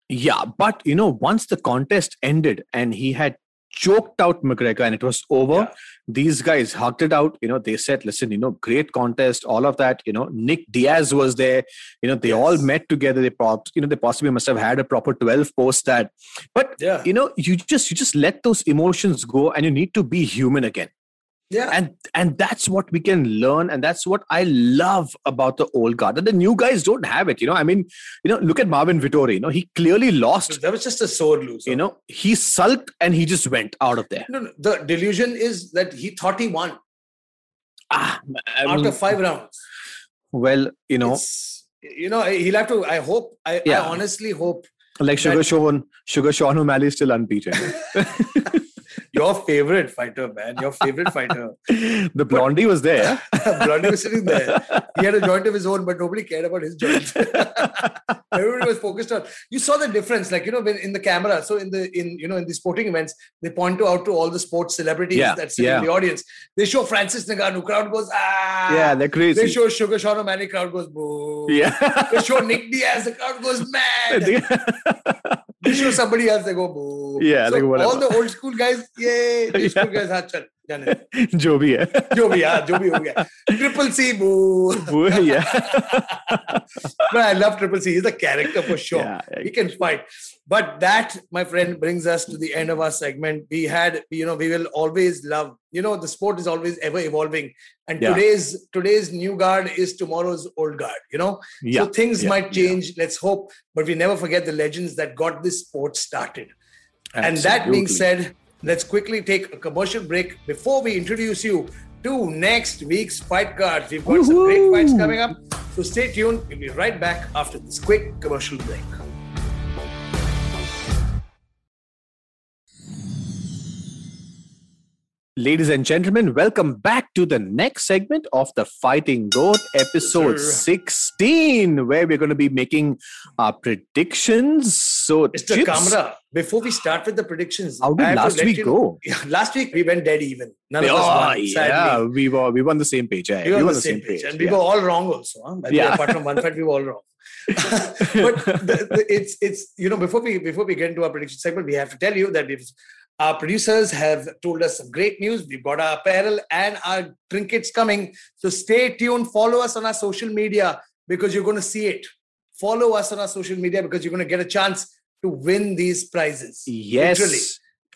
Speaker 1: Yeah, but you know, once the contest ended and he had choked out McGregor and it was over,
Speaker 2: Yeah.
Speaker 1: these guys hugged it out. You know, they said, listen, you know, great contest, all of that. You know, Nick Diaz was there. You know, they all
Speaker 2: Yes.
Speaker 1: met together. They propped, you know, they possibly must have had a proper 12 post that. But
Speaker 2: Yeah,
Speaker 1: you know, you just you just let those emotions go and you need to be human again.
Speaker 2: yeah.
Speaker 1: And and that's what we can learn, and that's what I love about the old guard. And the new guys don't have it. You know, I mean, you know, look at Marvin Vittori, you know, he clearly lost
Speaker 2: that was just a sore loser.
Speaker 1: you know he sulked and he just went out of there
Speaker 2: no, no, the delusion is that he thought he won
Speaker 1: ah, I
Speaker 2: after
Speaker 1: mean,
Speaker 2: five rounds.
Speaker 1: well you know
Speaker 2: It's- you know, he'll have to. I hope. I,
Speaker 1: Yeah.
Speaker 2: I honestly hope
Speaker 1: like sugar
Speaker 2: that-
Speaker 1: sean sugar sean o'malley is still unbeaten
Speaker 2: your favorite fighter, man, your favorite fighter,
Speaker 1: the blondie was there
Speaker 2: Blondie was sitting there. He had a joint of his own, but nobody cared about his joint. Everybody was focused on. You saw the difference, like you know, when in the camera. So in the in you know in the sporting events, they point to out to all the sports celebrities
Speaker 1: Yeah,
Speaker 2: that sit
Speaker 1: yeah.
Speaker 2: in the audience. They show Francis Ngannou, crowd goes ah.
Speaker 1: yeah they're
Speaker 2: They
Speaker 1: crazy
Speaker 2: show Sugar Sean O'Malley, crowd goes boo.
Speaker 1: yeah
Speaker 2: They show Nick Diaz, the crowd goes mad.
Speaker 1: They-
Speaker 2: They show somebody else, they go boo.
Speaker 1: Yeah,
Speaker 2: so
Speaker 1: like whatever.
Speaker 2: all the old school guys, yay! New school guys, हाँ चल जाने दो.
Speaker 1: जो भी है
Speaker 2: जो भी हाँ जो भी हो गया. Triple C, boo.
Speaker 1: वो है, yeah.
Speaker 2: But I love Triple C. He's a character for sure.
Speaker 1: Yeah,
Speaker 2: He can fight. But that, my friend, brings us to the end of our segment. We had, you know, we will always love, you know, the sport is always ever evolving. And
Speaker 1: Yeah.
Speaker 2: today's today's new guard is tomorrow's old guard, you know?
Speaker 1: yeah
Speaker 2: so things
Speaker 1: yeah,
Speaker 2: might
Speaker 1: yeah.
Speaker 2: change. Let's hope. But we never forget the legends that got this sport started. And that being
Speaker 1: Absolutely.
Speaker 2: said, let's quickly take a commercial break before we introduce you to next week's fight cards. We've got some great
Speaker 1: Woohoo!
Speaker 2: fights coming up. So stay tuned. We'll be right back after this quick commercial break.
Speaker 1: Ladies and gentlemen, welcome back to the next segment of the Fighting Goat, episode
Speaker 2: Sir.
Speaker 1: 16, where we're going to be making our predictions. So,
Speaker 2: Mr.
Speaker 1: Chips,
Speaker 2: Kamra, before we start with the predictions,
Speaker 1: how
Speaker 2: I
Speaker 1: did
Speaker 2: have to
Speaker 1: last
Speaker 2: let
Speaker 1: week
Speaker 2: you know-
Speaker 1: go?
Speaker 2: Last week we went dead even. None of us
Speaker 1: Oh,
Speaker 2: won.
Speaker 1: yeah,
Speaker 2: Sadly.
Speaker 1: we were we were on the same page. Yeah,
Speaker 2: We were on the same page, and we
Speaker 1: yeah.
Speaker 2: were all wrong also. Huh? By the way,
Speaker 1: Yeah.
Speaker 2: apart from one fact, we were all wrong. but the, the, it's it's you know before we before we get into our prediction segment, we have to tell you that we've our producers have told us some great news. We've got our apparel and our trinkets coming. So stay tuned. Follow us on our social media because you're going to see it. Follow us on our social media because you're going to get a chance to win these prizes.
Speaker 1: Yes.
Speaker 2: Literally.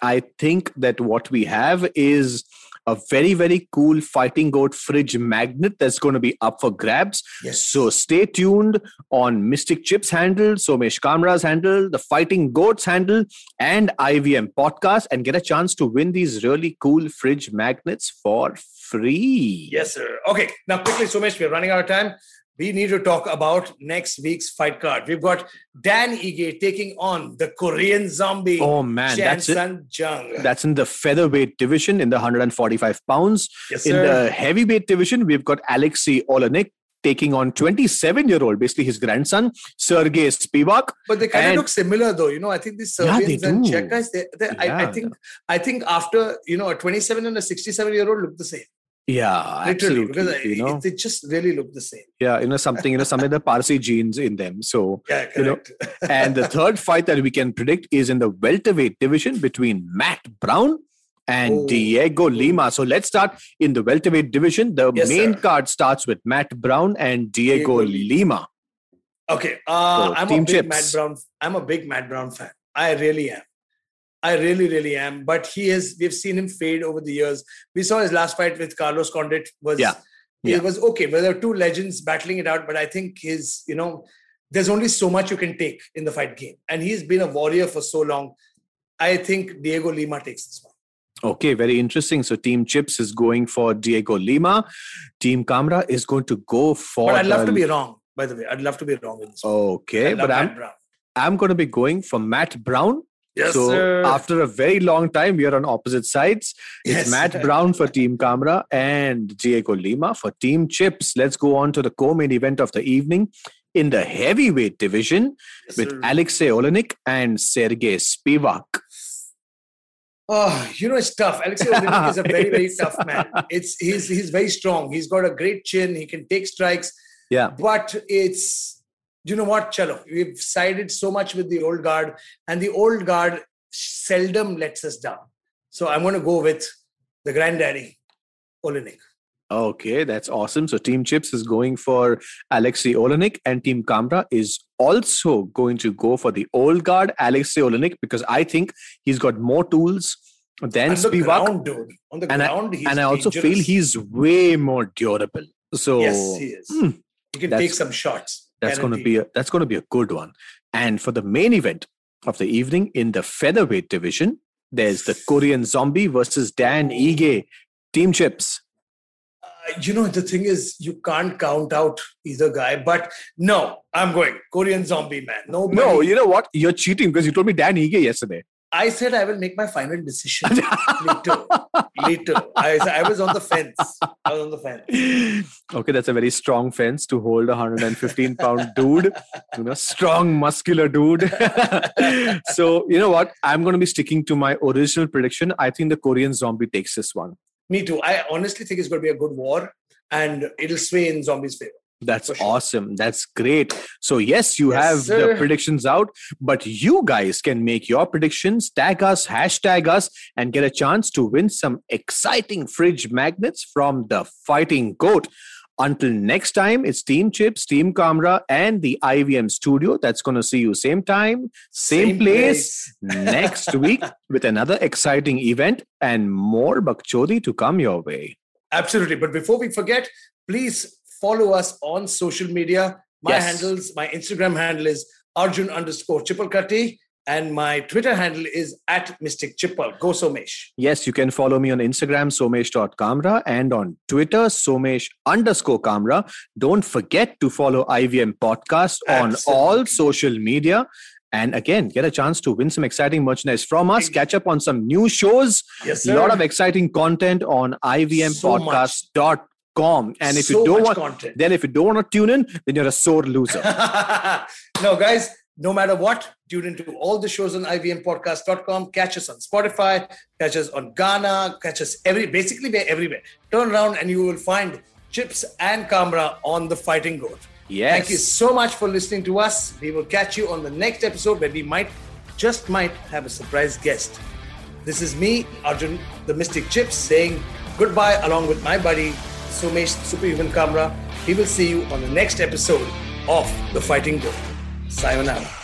Speaker 1: I think that what we have is a very, very cool fighting goat fridge magnet that's going to be up for grabs.
Speaker 2: Yes.
Speaker 1: So stay tuned on Mystic Chips handle, Somesh Kamra's handle, the Fighting Goats handle, and IVM podcast and get a chance to win these really cool fridge magnets for free.
Speaker 2: Yes, sir. Okay. Now, quickly, Sumesh, we're running out of time. We need to talk about next week's fight card. We've got Dan Ige taking on the Korean zombie.
Speaker 1: Oh man,
Speaker 2: Chan
Speaker 1: that's it.
Speaker 2: Sun Jung.
Speaker 1: That's in the featherweight division in the 145 pounds.
Speaker 2: yes,
Speaker 1: In
Speaker 2: sir.
Speaker 1: the heavyweight division, we've got Alexei Olenek taking on 27 year old, basically his grandson, Sergei Spivak.
Speaker 2: but they kind of
Speaker 1: and-
Speaker 2: look similar, though. You know, I think these
Speaker 1: Yeah, they
Speaker 2: Serbians and
Speaker 1: do.
Speaker 2: Czech guys. They, they, I, I
Speaker 1: Yeah.
Speaker 2: think, I think after you know, a 27 and a 67 year old look the same.
Speaker 1: Yeah,
Speaker 2: Literally,
Speaker 1: absolutely.
Speaker 2: because I-
Speaker 1: you know,
Speaker 2: it- they just really look the same.
Speaker 1: yeah, you know something, you know something. The Parsi genes in them. So,
Speaker 2: Yeah, correct.
Speaker 1: You know, and the third fight that we can predict is in the welterweight division between Matt Brown and
Speaker 2: Oh.
Speaker 1: Diego Lima. So let's start in the welterweight division. The
Speaker 2: Yes,
Speaker 1: main
Speaker 2: sir.
Speaker 1: card starts with Matt Brown and Diego,
Speaker 2: Diego Lima.
Speaker 1: Lima.
Speaker 2: Okay, uh,
Speaker 1: So,
Speaker 2: I'm a
Speaker 1: team
Speaker 2: big Matt
Speaker 1: chips.
Speaker 2: Brown. I'm a big Matt Brown fan. I really am. I really, really am. But he has. We've seen him fade over the years. We saw his last fight with Carlos Condit was.
Speaker 1: Yeah. Yeah.
Speaker 2: It was okay. Well, there were two legends battling it out, but I think his. You know, there's only so much you can take in the fight game, and he's been a warrior for so long. I think Diego Lima takes this one.
Speaker 1: Okay, very interesting. So Team Chips is going for Diego Lima. Team Camera is going to go for.
Speaker 2: But I'd love
Speaker 1: the-
Speaker 2: to be wrong. By the way, I'd love to be wrong in this. one. I
Speaker 1: Okay,
Speaker 2: love
Speaker 1: but
Speaker 2: Matt
Speaker 1: I'm
Speaker 2: Brown.
Speaker 1: I'm going to be going for Matt Brown.
Speaker 2: Yes,
Speaker 1: so
Speaker 2: sir.
Speaker 1: after a very long time, we are on opposite sides.
Speaker 2: Yes.
Speaker 1: It's Matt Brown for Team Camera and Diego Lima for Team Chips. Let's go on to the co-main event of the evening in the heavyweight division
Speaker 2: Yes,
Speaker 1: with
Speaker 2: sir.
Speaker 1: Alexei Olenik and Sergei Spivak.
Speaker 2: Oh, you know, it's tough. Alexei Olenek is a very, very tough man. It's he's he's very strong. He's got a great chin. He can take strikes.
Speaker 1: Yeah.
Speaker 2: But it's you know what, Chalo. We've sided so much with the old guard, and the old guard seldom lets us down. So I'm going to go with the granddaddy, Olenek.
Speaker 1: Okay, that's awesome. So Team Chips is going for Alexei Olenik, and Team Kamra is also going to go for the old guard Alexei Olenik because I think he's got more tools than
Speaker 2: on the
Speaker 1: Spivak,
Speaker 2: ground, dude. On the
Speaker 1: And I-
Speaker 2: ground, he's
Speaker 1: and I also
Speaker 2: dangerous.
Speaker 1: feel he's way more durable. So
Speaker 2: yes, he is.
Speaker 1: hmm,
Speaker 2: he can
Speaker 1: that's-
Speaker 2: take some shots.
Speaker 1: that's going to be a, that's going to be a good one. And for the main event of the evening in the featherweight division, there's the Korean Zombie versus Dan Ige. Team Chips.
Speaker 2: Uh, you know the thing is you can't count out either guy but no i'm going korean zombie man no
Speaker 1: No, you know what? You're cheating because you told me Dan Ige yesterday.
Speaker 2: i said i will make my final decision later later I, I was on the fence i was on the fence
Speaker 1: okay, that's a very strong fence to hold a 115 pound dude, you know, strong, muscular dude. so, you know what? I'm going to be sticking to my original prediction. I think the Korean zombie takes this one.
Speaker 2: me too i honestly think it's going to be a good war and it'll sway in zombies favor
Speaker 1: That's
Speaker 2: For sure.
Speaker 1: awesome. That's great. So, yes, you
Speaker 2: Yes,
Speaker 1: have
Speaker 2: sir.
Speaker 1: the predictions out, but you guys can make your predictions, tag us, hashtag us, and get a chance to win some exciting fridge magnets from the Fighting Goat. Until next time, it's Team Chips, Team Camera, and the IVM studio that's going to see you same time, same, place, next week with another exciting event and more Bakchodi to come your way.
Speaker 2: Absolutely. But before we forget, please follow us on social media. My
Speaker 1: Yes.
Speaker 2: handles, my Instagram handle is Arjun underscore Chipalkati, and my Twitter handle is at Mystic Chipal. Go Somesh.
Speaker 1: Yes, you can follow me on Instagram, somesh.kamra, and on Twitter, somesh underscore kamra. Don't forget to follow IVM Podcast
Speaker 2: Absolutely.
Speaker 1: on all social media. And again, get a chance to win some exciting merchandise from us, catch up on some new shows,
Speaker 2: Yes,
Speaker 1: a
Speaker 2: sir.
Speaker 1: lot of exciting content on ivmpodcast.com. And if
Speaker 2: So
Speaker 1: you don't
Speaker 2: much
Speaker 1: want,
Speaker 2: content.
Speaker 1: then if you don't want to tune in, then you're a sore loser.
Speaker 2: no, guys, no matter what, tune into all the shows on IVMpodcast.com. Catch us on Spotify, catch us on Ghana, catch us every basically we're everywhere. Turn around and you will find Chips and Kamra on the fighting goat.
Speaker 1: Yes.
Speaker 2: Thank you so much for listening to us. We will catch you on the next episode where we might, just might, have a surprise guest. This is me, Arjun, the Mystic Chips, saying goodbye along with my buddy, Sumesh Superhuman Kamra. We will see you on the next episode of The Fighting Goat. Sayonara.